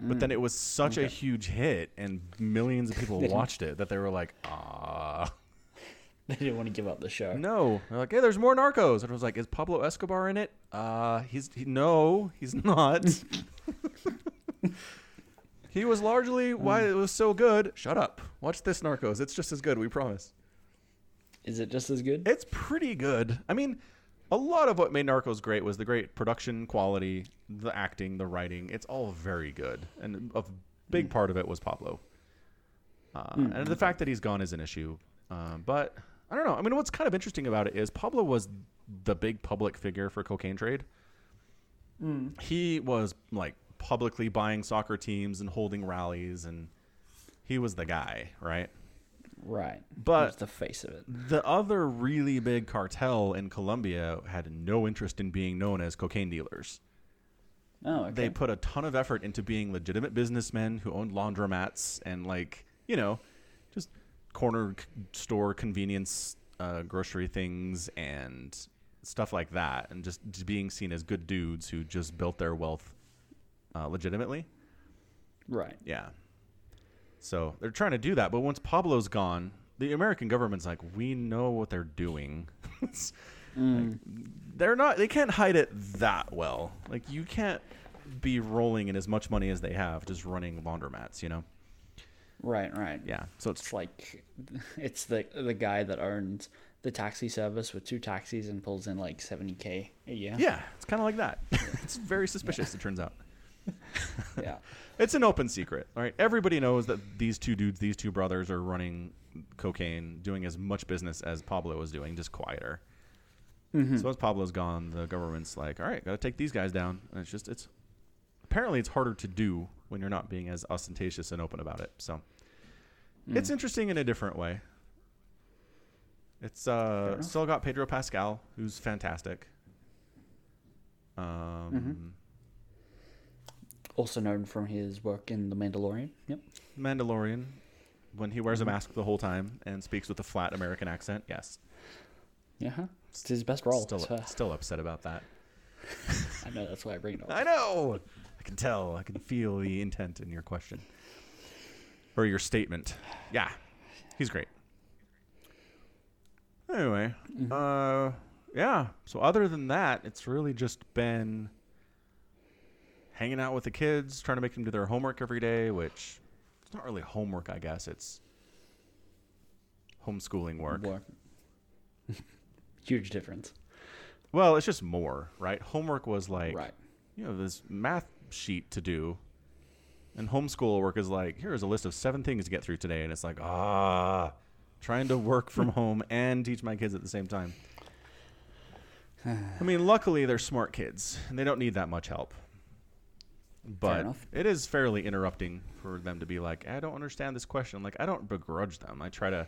Speaker 2: But then it was such a huge hit, and millions of people watched it that they were like, ah,
Speaker 3: They didn't want to give up the show.
Speaker 2: no. They're like, hey, there's more Narcos. And I was like, is Pablo Escobar in it? Uh, he's he, no, he's not. he was largely why it was so good. Shut up. Watch this Narcos. It's just as good. We promise.
Speaker 3: Is it just as good?
Speaker 2: It's pretty good. I mean, a lot of what made Narcos great was the great production quality, the acting, the writing. It's all very good, and a big part of it was Pablo. Uh, And the fact that he's gone is an issue, uh, but I don't know. I mean, what's kind of interesting about it is Pablo was the big public figure for cocaine trade. He was like publicly buying soccer teams and holding rallies, and he was the guy, right?
Speaker 3: Right.
Speaker 2: But-
Speaker 3: It's the face of it.
Speaker 2: The other really big cartel in Colombia had no interest in being known as cocaine dealers.
Speaker 3: Oh, okay.
Speaker 2: They put a ton of effort into being legitimate businessmen who owned laundromats and, like, you know, just corner c- store convenience uh, grocery things and stuff like that, and just just being seen as good dudes who just built their wealth uh, legitimately.
Speaker 3: right.
Speaker 2: Yeah. So they're trying to do that, but once Pablo's gone, the American government's like, we know what they're doing. It's like, they're not. They can't hide it that well. Like you can't be rolling in as much money as they have just running laundromats. You know.
Speaker 3: Right, right.
Speaker 2: Yeah. So it's
Speaker 3: It's like it's the the guy that owns the taxi service with two taxis and pulls in like 70k a year.
Speaker 2: yeah. It's kind of like that. it's very suspicious. It turns out.
Speaker 3: Yeah.
Speaker 2: It's an open secret, all right? Everybody knows that these two dudes, these two brothers, are running cocaine, doing as much business as Pablo was doing, just quieter. So once Pablo's gone, the government's like, all right, got to take these guys down. And it's just, it's apparently it's harder to do when you're not being as ostentatious and open about it. So it's interesting in a different way. It's uh,
Speaker 3: enough.
Speaker 2: still got Pedro Pascal, who's fantastic. Um,
Speaker 3: Also known from his work in The Mandalorian. Yep.
Speaker 2: Mandalorian when he wears a mask the whole time and speaks with a flat American accent. Yes.
Speaker 3: Yeah. huh. It's his best role.
Speaker 2: Still,
Speaker 3: so-
Speaker 2: still upset about that.
Speaker 3: I know that's why I bring it up.
Speaker 2: I know. I can tell. I can feel the intent in your question or your statement. Yeah. He's great. Anyway,
Speaker 3: Mm-hmm.
Speaker 2: uh yeah. So other than that, it's really just been hanging out with the kids, trying to make them do their homework every day, which it's not really homework, I guess. It's homeschooling work.
Speaker 3: Work. Huge difference.
Speaker 2: Well, it's just more, right? Homework was like
Speaker 3: Right.
Speaker 2: you know, this math sheet to do. And homeschool work is like, here is a list of seven things to get through today. And it's like, ah, trying to work from home and teach my kids at the same time. I mean, luckily they're smart kids and they don't need that much help. But
Speaker 3: enough.
Speaker 2: it is fairly interrupting for them to be like, I don't understand this question. Like, I don't begrudge them. I try to,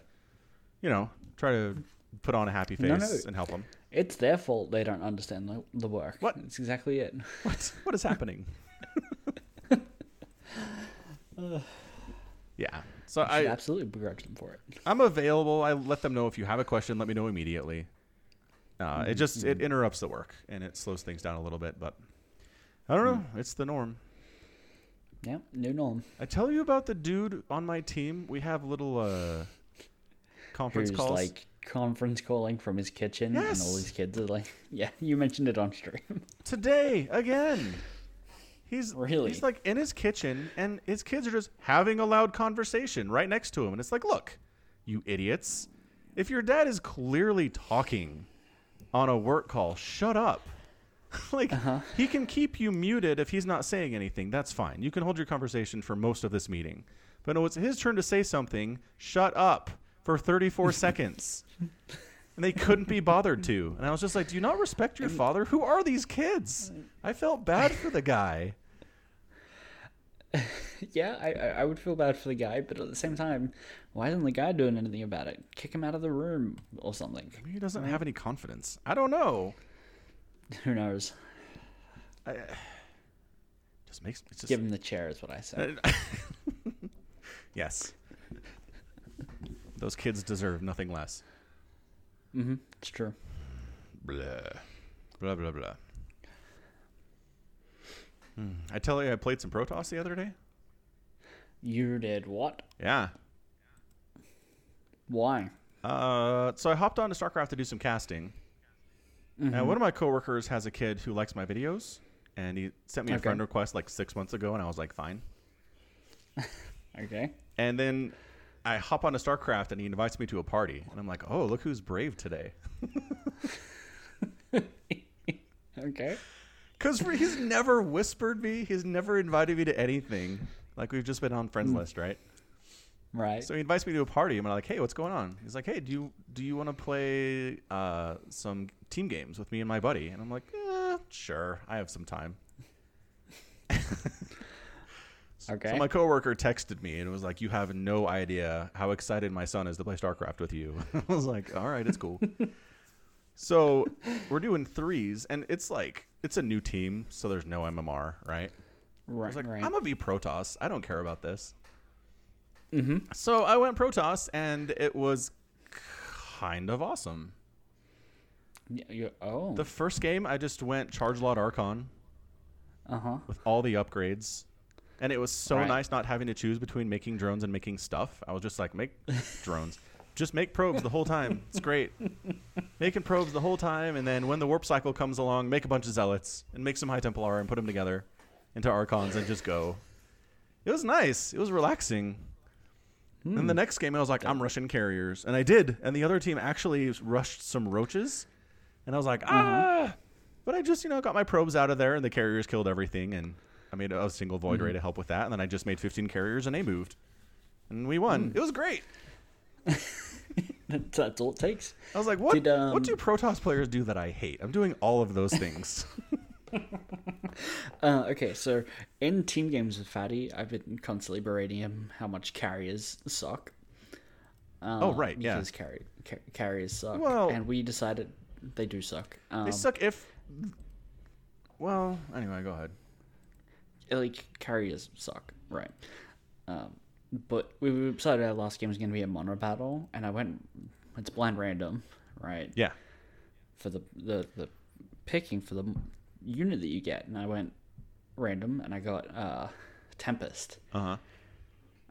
Speaker 2: you know, try to put on a happy face
Speaker 3: No, no.
Speaker 2: and help them.
Speaker 3: It's their fault they don't understand the, the work.
Speaker 2: What?
Speaker 3: That's exactly it.
Speaker 2: What? What is happening? yeah. So
Speaker 3: I
Speaker 2: I,
Speaker 3: absolutely begrudge them for it.
Speaker 2: I'm available. I let them know if you have a question. Let me know immediately. Uh,
Speaker 3: Mm-hmm.
Speaker 2: it just it interrupts the work and it slows things down a little bit, but I don't
Speaker 3: Mm.
Speaker 2: know. It's the norm.
Speaker 3: Yeah, new norm.
Speaker 2: I tell you about the dude on my team. We have little uh, conference
Speaker 3: Who's
Speaker 2: calls.
Speaker 3: like conference calling from his kitchen, and all
Speaker 2: Yes.
Speaker 3: his kids are like, "Yeah, you mentioned it on stream."
Speaker 2: today again. He's
Speaker 3: Really?
Speaker 2: he's like in his kitchen, and his kids are just having a loud conversation right next to him, and it's like, look, you idiots! If your dad is clearly talking on a work call, shut up. like he can keep you muted if he's not saying anything. That's fine. You can hold your conversation for most of this meeting. But when it's his turn to say something, shut up for 34 seconds. And they couldn't be bothered to. And I was just like, "Do you not respect your father? Who are these kids?" I felt bad for the guy.
Speaker 3: yeah, I, I I would feel bad for the guy, but at the same time, why isn't the guy doing anything about it? Kick him out of the room or something.
Speaker 2: He doesn't have any confidence. I don't know.
Speaker 3: Who knows?
Speaker 2: Just makes it's just
Speaker 3: Give him the chair is what I
Speaker 2: Uh,
Speaker 3: say.
Speaker 2: yes. Those kids deserve nothing less.
Speaker 3: It's true.
Speaker 2: Blah. Blah, blah, blah. Hmm. I tell you, I played some Protoss the other day.
Speaker 3: You did what?
Speaker 2: Yeah.
Speaker 3: Why?
Speaker 2: Uh, so I hopped on to StarCraft to do some casting. And one of my coworkers has a kid who likes my videos, and he sent me a
Speaker 3: Okay.
Speaker 2: friend request like six months ago, and I was like, fine.
Speaker 3: Okay.
Speaker 2: And then I hop on to StarCraft, and he invites me to a party, and I'm like, oh, look who's brave today,
Speaker 3: Okay.
Speaker 2: because he's never whispered me, he's never invited me to anything. Like we've just been on friends list, right?
Speaker 3: Right.
Speaker 2: So he invites me to a party. and I'm like, "Hey, what's going on?" He's like, "Hey, do you do you want to play uh, some team games with me and my buddy?" And I'm like, eh, "Sure, I have some time."
Speaker 3: okay.
Speaker 2: So my coworker texted me and was like, "You have no idea how excited my son is to play StarCraft with you." I was like, "All right, it's cool." so we're doing threes, and it's like it's a new team, so there's no MMR, right? I
Speaker 3: right.
Speaker 2: was like,
Speaker 3: right.
Speaker 2: I'm gonna be Protoss. I don't care about this. Mm-hmm. So I went Protoss, and it was kind of awesome.
Speaker 3: Yeah, you- oh.
Speaker 2: The first game, I just went Charge Lot Archon
Speaker 3: uh huh.
Speaker 2: with all the upgrades, and it was so
Speaker 3: Right.
Speaker 2: nice not having to choose between making drones and making stuff. I was just like, make drones, just make probes the whole time. It's great, making probes the whole time, and then when the warp cycle comes along, make a bunch of zealots and make some High Templar and put them together into Archons and just go. It was nice. It was relaxing. And the next game, I was like, I'm rushing carriers, and I did. And the other team actually rushed some roaches, and I was like, ah. But I just, you know, got my probes out of there, and the carriers killed everything, and I made a single void ray to help with that, and then I just made 15 carriers, and they moved, and we won. It was great.
Speaker 3: That's, that's all it takes.
Speaker 2: I was like, what?
Speaker 3: Did, um,
Speaker 2: what do Protoss players do that I hate? I'm doing all of those things.
Speaker 3: Uh, okay, so in team games with Fatty, I've been constantly berating him how much carriers suck. Uh,
Speaker 2: Oh, right, yeah.
Speaker 3: because carry, car- carriers suck,
Speaker 2: Well-
Speaker 3: and we decided they do suck. Um,
Speaker 2: they suck if. Well, anyway, go ahead.
Speaker 3: like carriers suck, right? Um, but we we decided our last game was going to be a mono battle, and I went it's blind random, right?
Speaker 2: Yeah.
Speaker 3: For the the the picking for the m- unit that you get, and I went random, and I got uh, Tempest.
Speaker 2: Uh huh.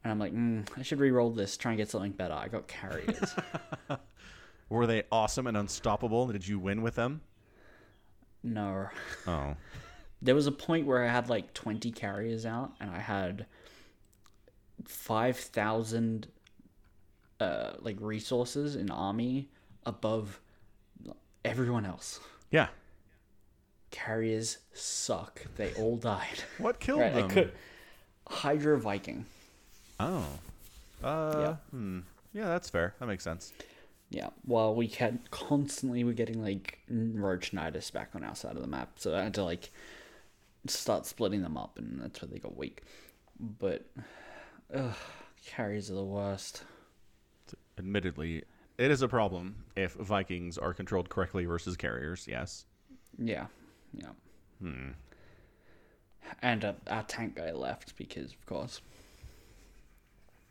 Speaker 3: And I'm like, mm, I should re-roll this, try and get something better. I got carriers.
Speaker 2: Were they awesome and unstoppable? Did you win with them?
Speaker 3: no.
Speaker 2: Oh.
Speaker 3: There was a point where I had like 20 carriers out and I had 5,000 uh, like resources in army above everyone else.
Speaker 2: Yeah.
Speaker 3: Carriers suck. They all died.
Speaker 2: What killed
Speaker 3: right, I
Speaker 2: them?
Speaker 3: could. Hydra Viking.
Speaker 2: Oh. Uh.
Speaker 3: Yeah.
Speaker 2: Hmm. Yeah, that's fair. That makes sense.
Speaker 3: Yeah, well, we kept constantly were getting like Roachnitis back on our side of the map, so I had to like start splitting them up, and that's where they got weak. But ugh, carries are the worst.
Speaker 2: admittedly, it is a problem if Vikings are controlled correctly versus carriers. Yes.
Speaker 3: Yeah, yeah. Hmm. And uh, our tank guy left because, of course.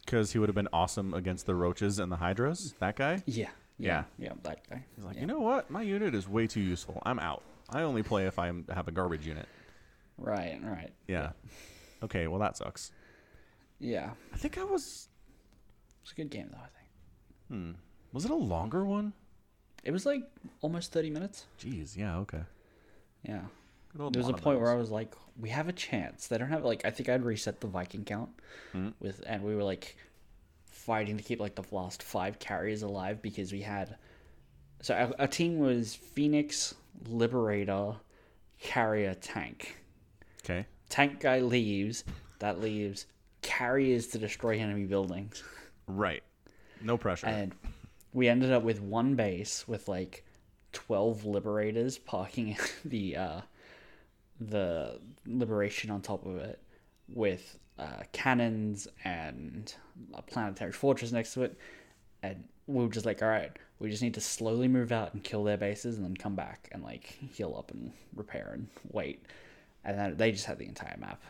Speaker 2: Because he would have been awesome against the roaches and the hydras. That guy.
Speaker 3: Yeah,
Speaker 2: yeah.
Speaker 3: yeah. That guy.
Speaker 2: He's like, you know what? My unit is way too useful. I'm out. I only play if I am- have a garbage unit.
Speaker 3: Right, right.
Speaker 2: Yeah. Okay. Well, that sucks.
Speaker 3: Yeah,
Speaker 2: I think I was.
Speaker 3: it's a good game though. I think
Speaker 2: Was it a longer one?
Speaker 3: it was like almost thirty minutes.
Speaker 2: Jeez. Yeah. Okay.
Speaker 3: Yeah.
Speaker 2: Good old
Speaker 3: There was a
Speaker 2: monobones.
Speaker 3: point where I was like, "We have a chance." They don't have like I think I'd reset the Viking count with, and we were like fighting to keep like the last five carriers alive because we had. So our, our team was Phoenix, Liberator, Carrier, Tank.
Speaker 2: Okay.
Speaker 3: Tank guy leaves. That leaves carriers to destroy enemy buildings,
Speaker 2: Right. No pressure.
Speaker 3: and we ended up with one base with like twelve Liberators parking the. uh the liberation on top of it with uh, cannons and a planetary fortress next to it. And we were just like, all right, we just need to slowly move out and kill their bases and then come back and like heal up and repair and wait. And then they just had the entire map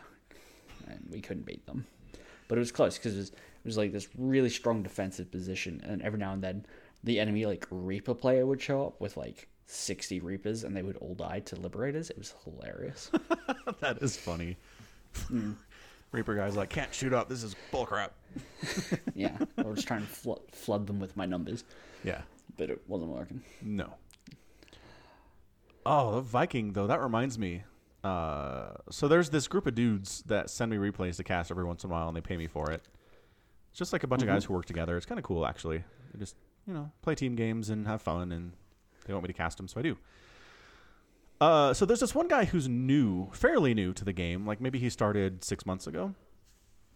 Speaker 3: and we couldn't beat them. But it was close because it was, it was like this really strong defensive position. And every now and then the enemy like Reaper player would show up with like 60 Reapers and they would all die to Liberators. It was hilarious. Hmm.
Speaker 2: that is funny. Reaper guy's like, can't shoot up. This is bullcrap.
Speaker 3: Yeah, I was trying to flo- flood them with my numbers,
Speaker 2: Yeah.
Speaker 3: but it wasn't working.
Speaker 2: No. Oh, the Viking though. That reminds me. Uh, so there's this group of dudes that send me replays to cast every once in a while, and they pay me for it. It's just like a bunch of guys who work together. It's kind of cool, actually. They just you know play team games and have fun, and they want me to cast them, so I do. Uh, so there's this one guy who's new, fairly new to the game. Like maybe he started six months ago. And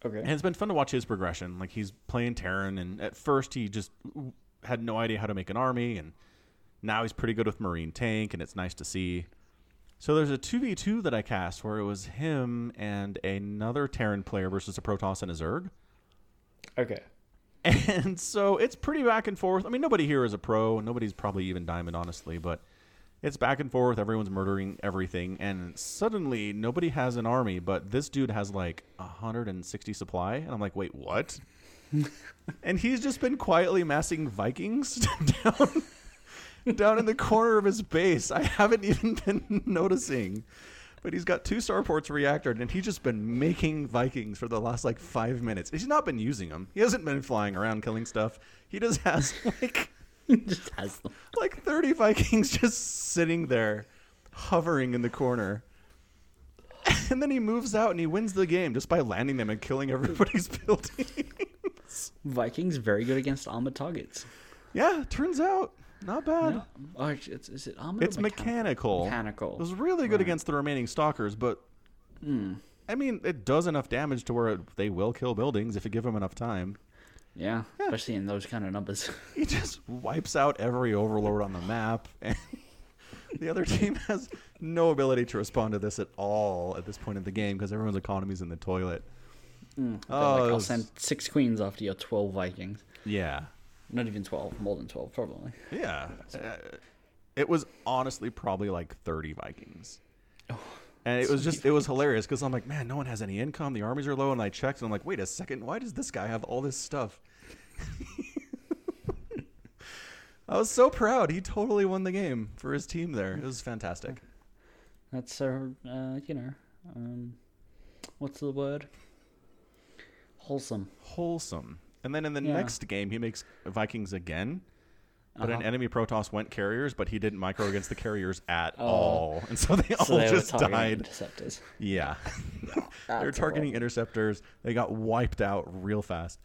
Speaker 3: Okay.
Speaker 2: it's been fun to watch his progression. Like he's playing Terran, and at first he just had no idea how to make an army, and now he's pretty good with Marine tank, and it's nice to see. So there's a two v two that I cast where it was him and another Terran player versus a Protoss and a Zerg,
Speaker 3: Okay.
Speaker 2: and so it's pretty back and forth. I mean, nobody here is a pro, and nobody's probably even diamond, honestly, but it's back and forth. Everyone's murdering everything, and suddenly nobody has an army, but this dude has like 160 supply, and I'm like, wait, what? and he's just been quietly massing Vikings down down in the corner of his base. I haven't even been noticing. But he's got two starports reactored, and he's just been making Vikings for the last like five minutes. He's not been using them. He hasn't been flying around killing stuff. He just has like
Speaker 3: Just has them.
Speaker 2: like 30 Vikings just sitting there, hovering in the corner. And then he moves out and he wins the game just by landing them and killing everybody's buildings.
Speaker 3: Vikings very good against armored targets.
Speaker 2: yeah, turns out not bad.
Speaker 3: No. Oh, actually, it's, is it armored? or
Speaker 2: It's mechanical.
Speaker 3: Mechanical.
Speaker 2: It was really good against the remaining stalkers, but
Speaker 3: Hmm.
Speaker 2: I mean, it does enough damage to where it, they will kill buildings if you give them enough time.
Speaker 3: Yeah, especially in those kind of numbers.
Speaker 2: he just wipes out every overlord on the map and the other team has no ability to respond to this at all at this point in the game because everyone's economy's in the toilet
Speaker 3: Hmm.
Speaker 2: Oh,
Speaker 3: They're like,
Speaker 2: it
Speaker 3: I'll
Speaker 2: was-
Speaker 3: send six queens after your twelve Vikings.
Speaker 2: yeah
Speaker 3: Not even twelve, more than twelve, probably.
Speaker 2: yeah Uh, it was honestly probably like 30 vikings
Speaker 3: Oh,
Speaker 2: and it was just it was hilarious because i'm like man no one has any income the armies are low and i checked and i'm like wait a second why does this guy have all this stuff i was so proud he totally won the game for his team there it was fantastic
Speaker 3: That's so, uh, you know, um, what's the word? Wholesome.
Speaker 2: wholesome. And then in the
Speaker 3: Yeah.
Speaker 2: next game, he makes Vikings again. But
Speaker 3: Uh-huh.
Speaker 2: an enemy Protoss went carriers, but he didn't micro against the carriers at all. And so they all
Speaker 3: Oh. they were
Speaker 2: just
Speaker 3: targeting
Speaker 2: died.
Speaker 3: Interceptors.
Speaker 2: Yeah. They're
Speaker 3: that's
Speaker 2: targeting interceptors. They got wiped out real fast.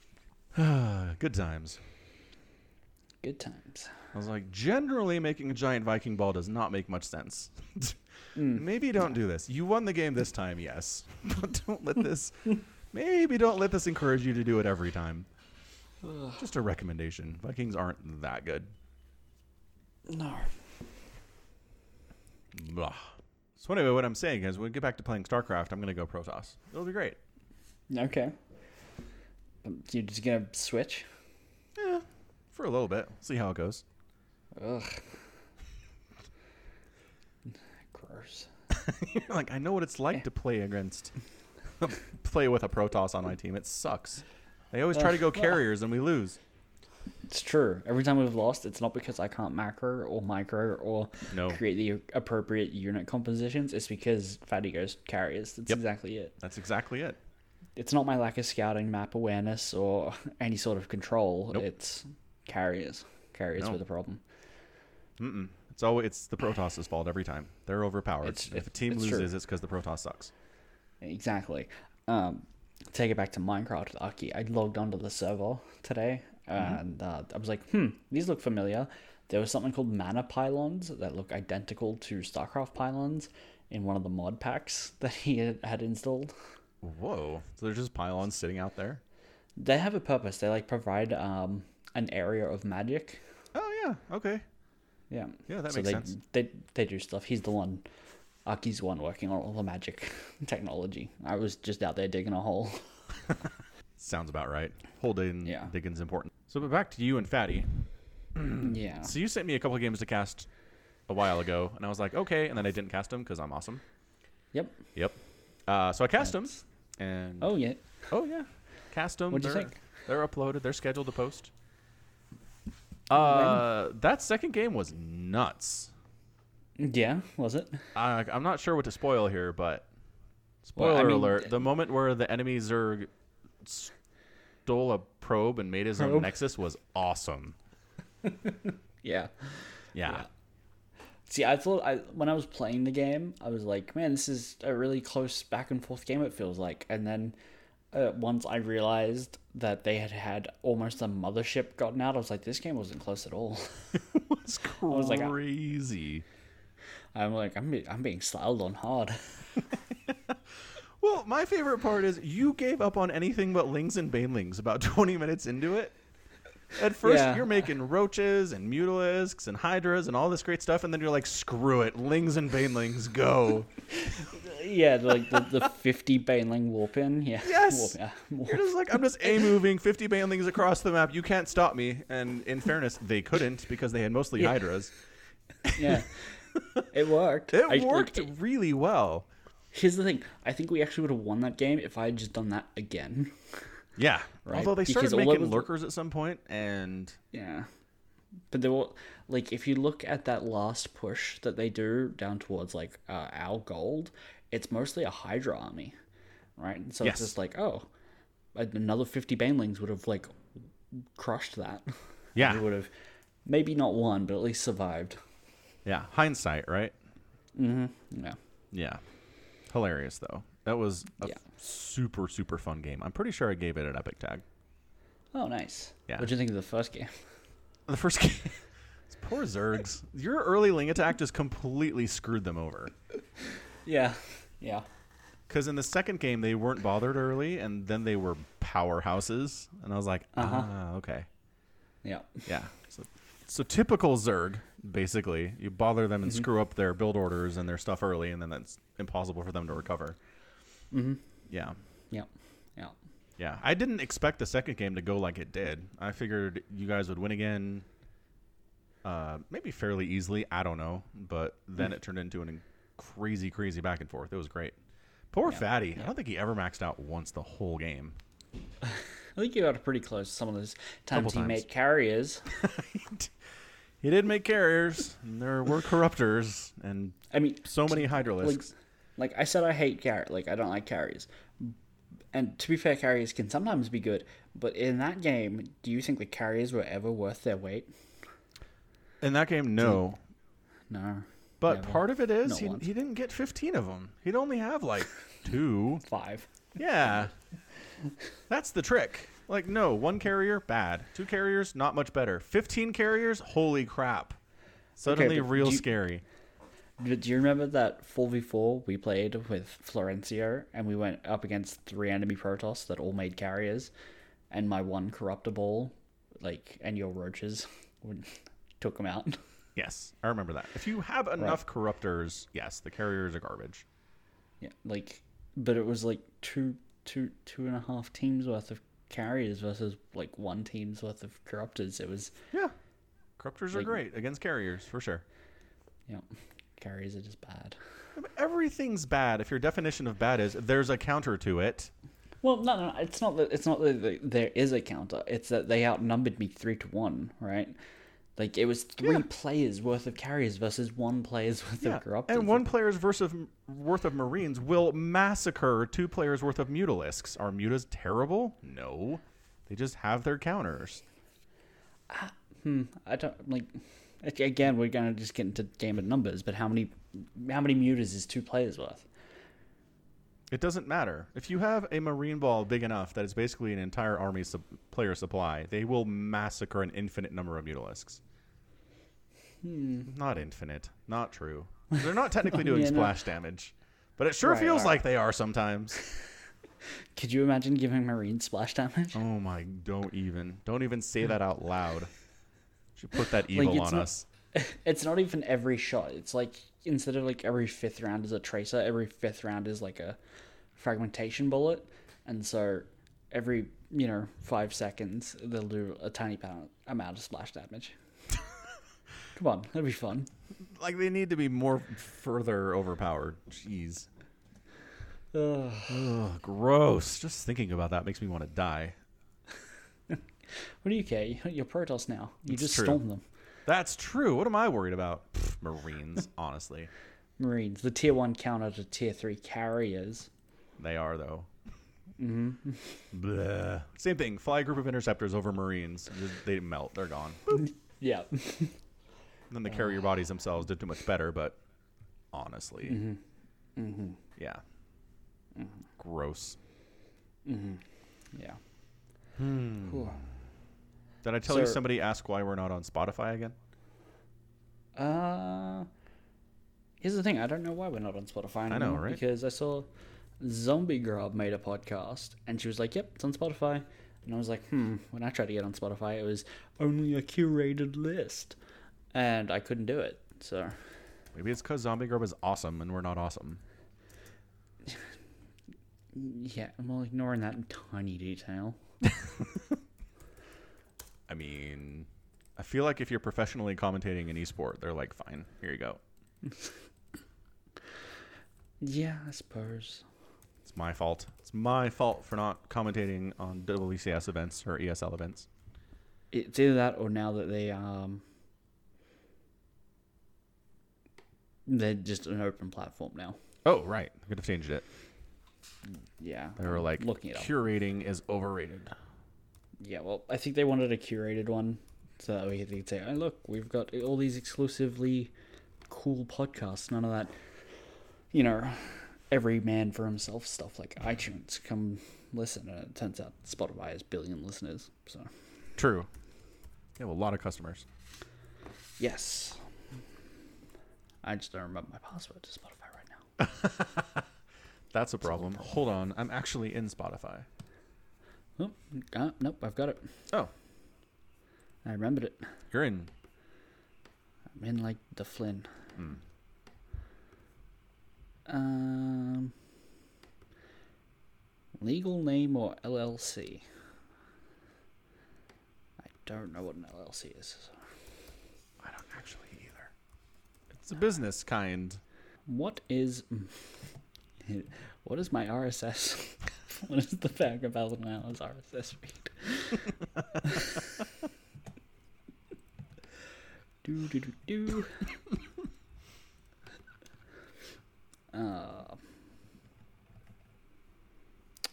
Speaker 2: Good times.
Speaker 3: Good times.
Speaker 2: I was like, generally, making a giant Viking ball does not make much sense. maybe don't do this. You won the game this time, yes, but don't let this. maybe don't let this encourage you to do it every time. Just a recommendation. Vikings aren't that good.
Speaker 3: No.
Speaker 2: Blah. So anyway, what I'm saying is, when we get back to playing StarCraft, I'm gonna go Protoss. It'll be great.
Speaker 3: Okay. Um, You're just gonna switch?
Speaker 2: Yeah, Eh, for a little bit. See how it goes.
Speaker 3: Ugh. Gross.
Speaker 2: You're like, I know what it's
Speaker 3: Eh.
Speaker 2: like to play against, play with a Protoss on my team. It sucks. They always try to go carriers and we lose.
Speaker 3: It's true. Every time we've lost, it's not because I can't macro or micro or
Speaker 2: No.
Speaker 3: create the appropriate unit compositions. It's because Fatty goes carriers. That's
Speaker 2: Yep.
Speaker 3: exactly it.
Speaker 2: That's exactly it.
Speaker 3: It's not my lack of scouting, map awareness, or any sort of control.
Speaker 2: Nope.
Speaker 3: It's carriers. Carriers
Speaker 2: No.
Speaker 3: were the problem.
Speaker 2: It's always it's the Protoss's fault every time. They're overpowered.
Speaker 3: It's-
Speaker 2: if a team
Speaker 3: it's
Speaker 2: loses,
Speaker 3: true.
Speaker 2: it's because the Protoss sucks.
Speaker 3: Exactly. Um, take it back to Minecraft, Aki. I logged onto the server today,
Speaker 2: Mm-hmm.
Speaker 3: and uh, I was like, "Hmm, these look familiar." There was something called mana pylons that look identical to StarCraft pylons in one of the mod packs that he had- had installed.
Speaker 2: Whoa! So there's just pylons sitting out there.
Speaker 3: They have a purpose. They like provide um, an area of magic.
Speaker 2: Oh yeah. Okay.
Speaker 3: Yeah.
Speaker 2: Yeah, that
Speaker 3: so
Speaker 2: makes
Speaker 3: they,
Speaker 2: sense.
Speaker 3: They they do stuff. He's the one. Aki's the one working on all the magic technology. I was just out there digging a hole.
Speaker 2: Sounds about right. Holding
Speaker 3: Yeah.
Speaker 2: Diggins important. So, but back to you and Fatty. Hmm.
Speaker 3: yeah.
Speaker 2: So you sent me a couple of games to cast a while ago, and I was like, okay, and then I didn't cast them because I'm awesome.
Speaker 3: Yep.
Speaker 2: Yep. Uh, so I cast them, and
Speaker 3: Oh yeah.
Speaker 2: Oh yeah, cast them.
Speaker 3: What'd you
Speaker 2: they're,
Speaker 3: think?
Speaker 2: They're uploaded. They're scheduled to post. Uh, that second game was nuts.
Speaker 3: Yeah, was it?
Speaker 2: I, I'm not sure what to spoil here, but Spoiler
Speaker 3: I mean,
Speaker 2: alert: the moment where the enemy Zerg stole a probe and made his own
Speaker 4: Probe.
Speaker 2: Nexus was awesome.
Speaker 3: Yeah.
Speaker 2: Yeah.
Speaker 3: See, I thought I, when I was playing the game, I was like, man, this is a really close back and forth game, it feels like. And then uh, once I realized that they had had almost a mothership gotten out, I was like, this game wasn't close at all.
Speaker 2: it's
Speaker 3: was like, uh, I-
Speaker 2: crazy.
Speaker 3: I'm like, I'm, be- I'm being styled on hard.
Speaker 2: Well, my favorite part is you gave up on anything but lings and banelings about 20 minutes into it. At first,
Speaker 3: Yeah.
Speaker 2: you're making roaches and mutalisks and hydras and all this great stuff, and then you're like, screw it, lings and banelings, go.
Speaker 3: yeah, like the, the 50 Baneling warp in. Yeah.
Speaker 2: Yes!
Speaker 3: Warp, yeah. Warp.
Speaker 2: You're just like, I'm just A moving 50 banelings across the map. You can't stop me. And in fairness, they couldn't because they had mostly
Speaker 3: Yeah.
Speaker 2: hydras.
Speaker 3: yeah. It worked.
Speaker 2: It
Speaker 3: I- like,
Speaker 2: worked
Speaker 3: it-
Speaker 2: really well.
Speaker 3: here's the thing. I think we actually would have won that game if I had just done that again.
Speaker 2: Yeah.
Speaker 3: Right,
Speaker 2: Although they
Speaker 3: because
Speaker 2: started
Speaker 3: all it
Speaker 2: making
Speaker 3: was-
Speaker 2: lurkers at some point, and
Speaker 3: Yeah. But there were like if you look at that last push that they do down towards like uh, our gold, it's mostly a Hydra army, right? And so
Speaker 2: Yes.
Speaker 3: it's just like oh, a- another fifty banelings would have like crushed that.
Speaker 2: yeah,
Speaker 3: They would have maybe not won, but at least survived.
Speaker 2: yeah, hindsight, right?
Speaker 3: Yeah.
Speaker 2: Yeah. Hilarious though. That was a
Speaker 3: Yeah.
Speaker 2: super super fun game. I'm pretty sure I gave it an epic tag.
Speaker 3: Oh, nice.
Speaker 2: Yeah.
Speaker 3: What do you think of the first game?
Speaker 2: The first game. It's poor Zergs. Your early Ling attack just completely screwed them over.
Speaker 3: Yeah. Yeah.
Speaker 2: Because in the second game they weren't bothered early, and then they were powerhouses, and I was like, ah, okay,
Speaker 3: Yeah.
Speaker 2: yeah. So, so typical Zerg, basically, you bother them and screw up their build orders and their stuff early, and then that's impossible for them to recover. Mm-hmm. Yeah.
Speaker 3: Yeah. Yeah.
Speaker 2: Yeah, I didn't expect the second game to go like it did. I figured you guys would win again, uh, maybe fairly easily. I don't know, but then it turned into an crazy, crazy back and forth. It was great. Poor Fatty. I don't think he ever maxed out once the whole game.
Speaker 3: I think you got pretty close. Some of those times
Speaker 2: Couple
Speaker 3: he
Speaker 2: times.
Speaker 3: made carriers.
Speaker 2: He did make carriers, and there were corruptors, and
Speaker 3: I mean,
Speaker 2: so many hydralisks.
Speaker 3: Like I said, I hate carrot. Like I don't like carries. And to be fair, carries can sometimes be good. But in that game, do you think the carriers were ever worth their weight?
Speaker 2: In that game, no.
Speaker 3: No.
Speaker 2: But
Speaker 3: never.
Speaker 2: part of it is
Speaker 3: Not
Speaker 2: he,
Speaker 3: once.
Speaker 2: he didn't get 15 of them. He'd only have like two.
Speaker 3: Five.
Speaker 2: Yeah. That's the trick. Like, no, one carrier, bad. Two carriers, not much better. 15 carriers, holy crap. Suddenly
Speaker 3: but
Speaker 2: real
Speaker 3: do you-
Speaker 2: scary.
Speaker 3: But do you remember that four v four we played with Florencio, and we went up against three enemy Protoss that all made carriers, and my one corruptible, like, and your roaches, would- took them out.
Speaker 2: Yes, I remember that. If you have enough corruptors, yes, the carriers are garbage.
Speaker 3: Yeah, like, but it was like two, two, two and a half teams worth of carriers versus like one team's worth of corruptors. It was,
Speaker 2: Yeah. Corruptors are great against carriers, for sure.
Speaker 3: you know, carriers are just bad.
Speaker 2: Everything's bad if your definition of bad is there's a counter to it.
Speaker 3: Well, no, no, no, it's not that. It's not that th- there is a counter. It's that they outnumbered me three to one, right? Like it was three players worth of carriers versus one player's worth
Speaker 2: Yeah.
Speaker 3: of corruptors.
Speaker 2: And one player's verse of, worth of Marines will massacre two players' worth of Mutalisks. Are Mutas terrible? No. They just have their counters.
Speaker 3: I don't like. ag- Again, we're gonna just get into game of numbers. But how many, how many mutas is two players worth?
Speaker 2: It doesn't matter. If you have a Marine ball big enough that is basically an entire army sup- player supply, they will massacre an infinite number of Mutalisks. Not infinite. Not true. They're not technically doing
Speaker 3: yeah, Hmm. no.
Speaker 2: splash damage, but it sure
Speaker 3: Right,
Speaker 2: feels
Speaker 3: right.
Speaker 2: like they are sometimes.
Speaker 3: Could you imagine giving marine splash damage?
Speaker 2: Oh my! Don't even. Don't even say that out loud. Should put that evil
Speaker 3: it's
Speaker 2: on
Speaker 3: not-
Speaker 2: us.
Speaker 3: It's not even every shot. It's like instead of like every fifth round is a tracer, every fifth round is like a fragmentation bullet, and so every you know five seconds they'll do a tiny pound, amount of splash damage. Come on, that'd be fun.
Speaker 2: Like they need to be more further overpowered. Jeez.
Speaker 3: Ugh.
Speaker 2: Ugh, gross. Just thinking about that makes me want to die.
Speaker 3: What do you care? You- You're Protoss now. You
Speaker 2: It's
Speaker 3: just
Speaker 2: true.
Speaker 3: storm them.
Speaker 2: That's true. What am I worried about? Pfft, Marines, honestly.
Speaker 3: Marines, the tier one counter to tier three carriers.
Speaker 2: They are though. Mm-hmm. Blah. Same thing. Fly a group of interceptors over Marines. Just- They melt. They're gone. Boop.
Speaker 3: Yeah.
Speaker 2: And then the carrier bodies themselves did too much better, but honestly, Mm-hmm. yeah, Mm-hmm. gross.
Speaker 3: yeah.
Speaker 2: Did I tell you
Speaker 3: So-
Speaker 2: somebody asked why we're not on Spotify again?
Speaker 3: Uh, here's the thing. I don't know why we're not on Spotify anymore.
Speaker 2: know, right?
Speaker 3: Because I saw Zombie Grub made a podcast, and she was like, "Yep, it's on Spotify." And I was like, "Hmm." When I tried to get on Spotify, it was only a curated list, and I couldn't do it. So
Speaker 2: Maybe it's because Zombie Grub is awesome and we're not awesome.
Speaker 3: yeah, well, ignoring that tiny detail.
Speaker 2: I mean, I feel like if you're professionally commentating an esport, they're like, fine, here you go.
Speaker 3: Yeah, I suppose.
Speaker 2: It's my fault. It's my fault for not commentating on WCS events or ESL events.
Speaker 3: It's either that or now that they um they're just an open platform now.
Speaker 2: Oh, right. I could have changed it.
Speaker 3: Yeah.
Speaker 2: They were
Speaker 3: I'm
Speaker 2: like,
Speaker 3: looking it up.
Speaker 2: curating is overrated.
Speaker 3: Yeah, well, I think they wanted a curated one so that way they could say, "Oh, look, we've got all these exclusively cool podcasts. None of that, you know, every man for himself stuff like iTunes. Come listen." And it turns out Spotify has billion listeners. So,
Speaker 2: True. You have a lot of customers.
Speaker 3: yes, I just don't remember my password to Spotify right now.
Speaker 2: That's a problem. Hold on. I'm actually in Spotify.
Speaker 3: Oh, uh, nope, I've got it.
Speaker 2: Oh,
Speaker 3: I remembered it.
Speaker 2: you're in.
Speaker 3: I'm in like the Flynn.
Speaker 2: Hmm.
Speaker 3: Um, legal name or LLC? I don't know what an LLC is.
Speaker 2: I don't actually either. It's a business kind.
Speaker 3: What is what is my RSS? what is the back of Alan Allen's RSS feed? do do do do. Uh,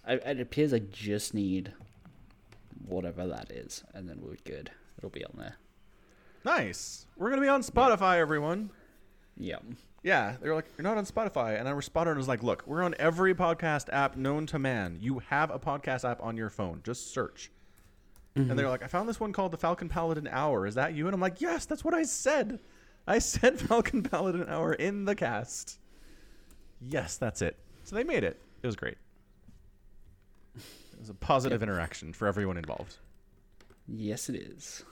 Speaker 3: I, it appears I just need whatever that is, and then we're good. It'll be on there.
Speaker 2: Nice. We're gonna be on Spotify, everyone.
Speaker 3: Yep.
Speaker 2: Yeah, they were like, "You're not on Spotify," and I responded and was like, "Look, we're on every podcast app known to man. You have a podcast app on your phone. Just search." And they're like, "I found this one called the Falcon Paladin Hour. Is that you?" And I'm like, "Yes, that's what I said. I said Falcon Paladin Hour in the cast." Yes, that's it. So they made it. It was great. It was a positive interaction for everyone involved.
Speaker 3: Yes, it is.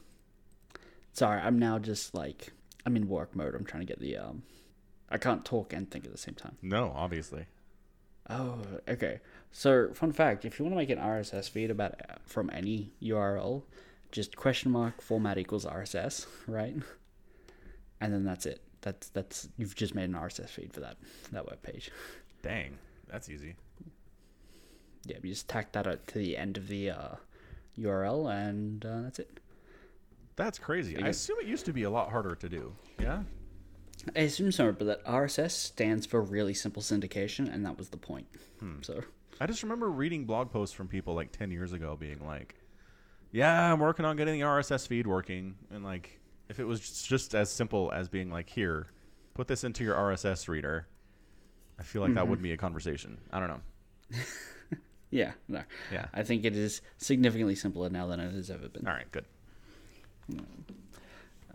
Speaker 3: Sorry, I'm now just like I'm in work mode. I'm trying to get the um, I can't talk and think at the same time.
Speaker 2: No, obviously.
Speaker 3: Oh, okay. So, fun fact: if you want to make an RSS feed about uh, from any URL, just question mark format equals RSS, right? And then that's it. That's that's you've just made an RSS feed for that that web page.
Speaker 2: Dang, that's easy.
Speaker 3: Yeah, you just tack that out to the end of the uh, URL, and uh, that's it.
Speaker 2: That's crazy. I assume it used to be a lot harder to do. Yeah.
Speaker 3: I assume so, but that RSS stands for really simple syndication, and that was the point.
Speaker 2: Hmm.
Speaker 3: So,
Speaker 2: I just remember reading blog posts from people like 10 years ago being like, yeah, I'm working on getting the RSS feed working. And like, if it was just- just as simple as being like, here, put this into your RSS reader, I feel like
Speaker 3: Mm-hmm.
Speaker 2: that would be a conversation. I don't know.
Speaker 3: yeah, no.
Speaker 2: Yeah.
Speaker 3: I think it is significantly simpler now than it has ever been.
Speaker 2: All right, good.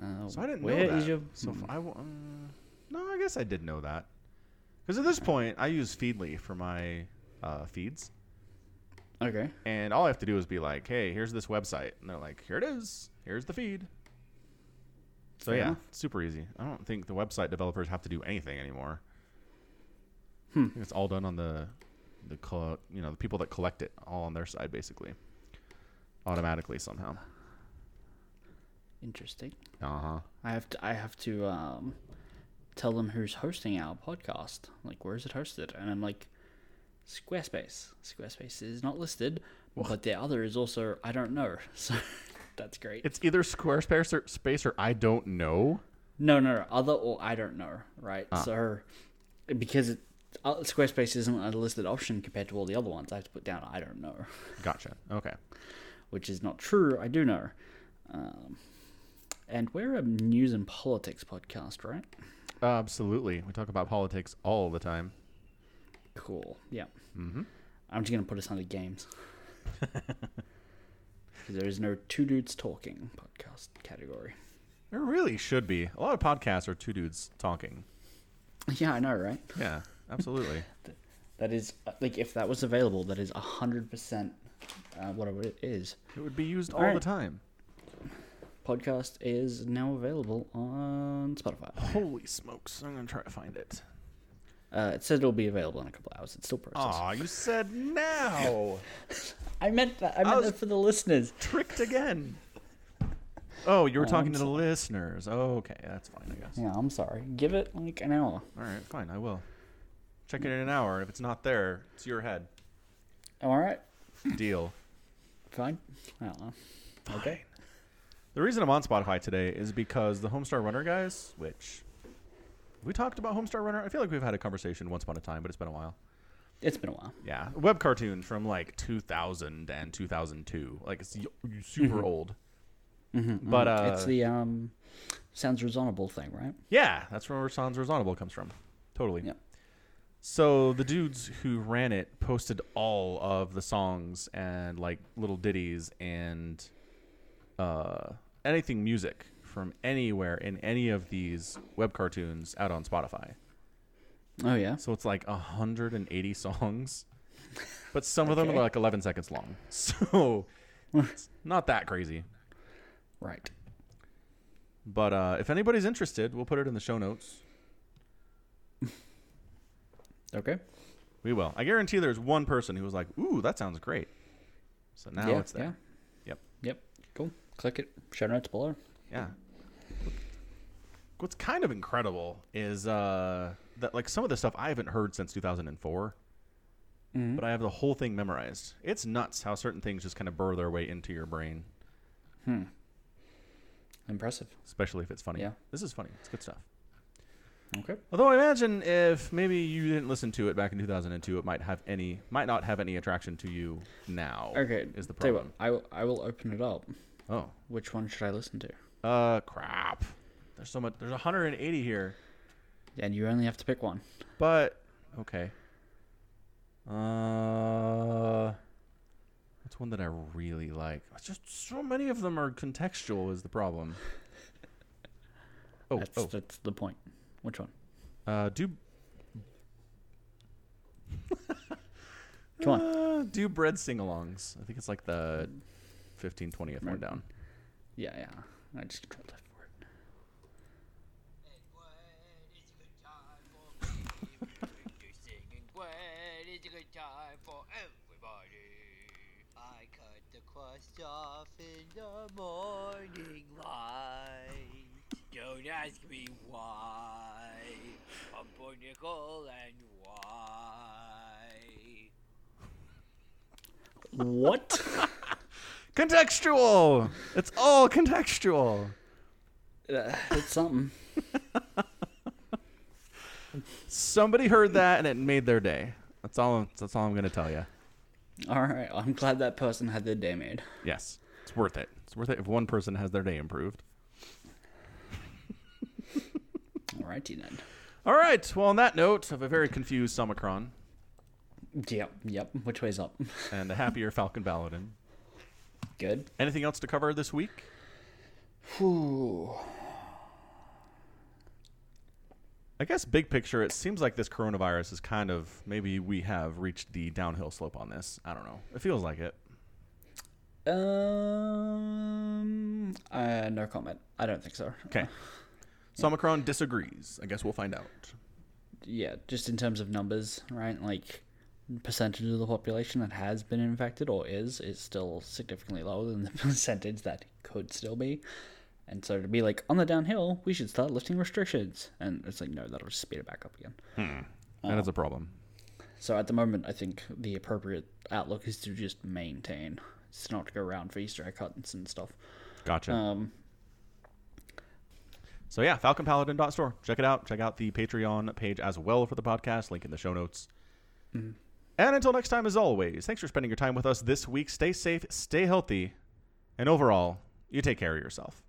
Speaker 3: Uh,
Speaker 2: So I didn't
Speaker 3: where
Speaker 2: know
Speaker 3: is
Speaker 2: that.
Speaker 3: your-
Speaker 2: So if I w- um, no, I guess I did know that. Because at this point, I use Feedly for my uh, feeds.
Speaker 3: Okay.
Speaker 2: And all I have to do is be like, hey, here's this website. And they're like, here it is. Here's the feed. So
Speaker 3: Fair
Speaker 2: yeah,
Speaker 3: enough.
Speaker 2: it's super easy. I don't think the website developers have to do anything anymore.
Speaker 3: Hmm.
Speaker 2: I think it's all done on the the col- you know the people that collect it all on their side basically, automatically somehow.
Speaker 3: Interesting.
Speaker 2: Uh huh.
Speaker 3: I have to. I have to um, tell them who's hosting our podcast. Like, where is it hosted? And I'm like, Squarespace. Squarespace is not listed, but the other is also I don't know. So that's great.
Speaker 2: It's either Squarespace or Space or I don't know.
Speaker 3: No, no, no. Other or I don't know, right? So, because it uh, Squarespace isn't a listed option compared to all the other ones. I have to put down I don't know,
Speaker 2: Gotcha. Okay.
Speaker 3: which is not true. I do know. Um, and we're a news and politics podcast, right?
Speaker 2: Absolutely. We talk about politics all the time.
Speaker 3: Cool. Yeah. Mm-hmm. I'm just gonna put us under games. 'Cause there is no two dudes talking podcast category.
Speaker 2: There really should be. A lot of podcasts are two dudes talking.
Speaker 3: Yeah, I know, right?
Speaker 2: Yeah, absolutely.
Speaker 3: That is uh, like if that was available, that is hundred percent uh, what it is.
Speaker 2: it would be used all,
Speaker 3: All
Speaker 2: the
Speaker 3: right.
Speaker 2: time.
Speaker 3: Podcast is now available on Spotify.
Speaker 2: Holy smokes. I'm going to try to find it.
Speaker 3: Uh, it said it'll be available in a couple hours. It's still processed.
Speaker 2: Aw, you said now.
Speaker 3: I meant that. I meant
Speaker 2: was-
Speaker 3: that for the listeners.
Speaker 2: Tricked again. Oh, you were talking to the listeners. Oh, okay. That's fine, I guess.
Speaker 3: Yeah, I'm sorry. Give it like an hour.
Speaker 2: All right, fine. I will. Check it in an hour. If it's not there, it's your head.
Speaker 3: All right.
Speaker 2: Deal.
Speaker 3: Fine. I don't know. Okay.
Speaker 2: The reason I'm on Spotify today is because the Homestar Runner guys, which we talked about Homestar Runner. I feel like we've had a conversation once upon a time, but it's been a while.
Speaker 3: It's been a while.
Speaker 2: Yeah, a web cartoon from like 2000 and 2002. Like it's y- super old. But uh,
Speaker 3: Mm-hmm. it's the um, sounds reasonable thing, right?
Speaker 2: yeah, that's where Sans Resonable comes from. Totally.
Speaker 3: Yeah.
Speaker 2: So the dudes who ran it posted all of the songs and like little ditties and uh, anything music from anywhere in any of these web cartoons out on Spotify.
Speaker 3: Oh yeah.
Speaker 2: So it's like 180 songs, but some of them
Speaker 3: Okay.
Speaker 2: are like 11 seconds long. So it's not that crazy.
Speaker 3: Right.
Speaker 2: But uh, if anybody's interested, we'll put it in the show notes.
Speaker 3: Okay.
Speaker 2: We will. I guarantee there's one person who was like, "Ooh, that sounds great." So now
Speaker 3: yeah.
Speaker 2: it's there. Yep.
Speaker 3: Yeah. Yep. Cool. Click it. Show notes below.
Speaker 2: Yeah. What's kind of incredible is uh, that like some of the stuff I haven't heard since 2004,
Speaker 3: Mm-hmm.
Speaker 2: but I have the whole thing memorized. It's nuts how certain things just kind of burrow their way into your brain,
Speaker 3: Impressive.
Speaker 2: especially if it's funny.
Speaker 3: Yeah.
Speaker 2: This is funny. It's good stuff.
Speaker 3: Okay.
Speaker 2: Although I imagine if maybe you didn't listen to it back in 2002, it might have any might not have any attraction to you now.
Speaker 3: Okay.
Speaker 2: Is the
Speaker 3: Tell you
Speaker 2: problem?
Speaker 3: what, I will- I will open it up.
Speaker 2: Oh.
Speaker 3: Which one should I listen to?
Speaker 2: Uh, crap. There's so much. There's 180 here,
Speaker 3: And you only have to pick one.
Speaker 2: but okay. Uh, that's one that I really like. It's just so many of them are contextual is the problem. Oh,
Speaker 3: That's
Speaker 2: oh.
Speaker 3: that's the point. Which one?
Speaker 2: Uh, do
Speaker 3: Come on.
Speaker 2: uh, do bread sing-alongs. I think it's like the 15, 20th one down.
Speaker 3: Yeah, yeah. I just controlled F for it.
Speaker 4: I cut the crust off in the morning light. Don't ask me why. I'm political and why.
Speaker 3: What?
Speaker 2: Contextual. It's all contextual.
Speaker 3: it's something.
Speaker 2: Somebody heard that and it made their day. That's all. That's all I'm gonna tell you.
Speaker 3: All right. I'm glad that person had their day made.
Speaker 2: Yes, it's worth it. It's worth it if one person has their day improved.
Speaker 3: All righty then.
Speaker 2: All right. Well, on that note of a very confused Omicron
Speaker 3: Yep. Yep. Which way's up?
Speaker 2: and a happier Falcon Paladin.
Speaker 3: Good.
Speaker 2: Anything else to cover this week?
Speaker 3: Whew.
Speaker 2: I guess big picture, it seems like this coronavirus is kind of maybe we have reached the downhill slope on this. I don't know. It feels like it.
Speaker 3: Um. Uh. No comment. I don't think so.
Speaker 2: Okay. So Omicron disagrees. I guess we'll find out.
Speaker 3: yeah, just in terms of numbers, right? Like percentage of the population that has been infected or is is still significantly lower than the percentage that could still be. And so to be like on the downhill, we should start lifting restrictions, and it's like no, that'll just speed it back up again.
Speaker 2: That is a problem.
Speaker 3: So at the moment, I think the appropriate outlook is to just maintain. It's not to go around for Easter egg hunts and stuff.
Speaker 2: Gotcha.
Speaker 3: Um,
Speaker 2: So yeah, falconpaladin.store. Check it out. Check out the Patreon page as well for the podcast. Link in the show notes. And until next time, as always, thanks for spending your time with us this week. Stay safe, stay healthy, and overall, you take care of yourself.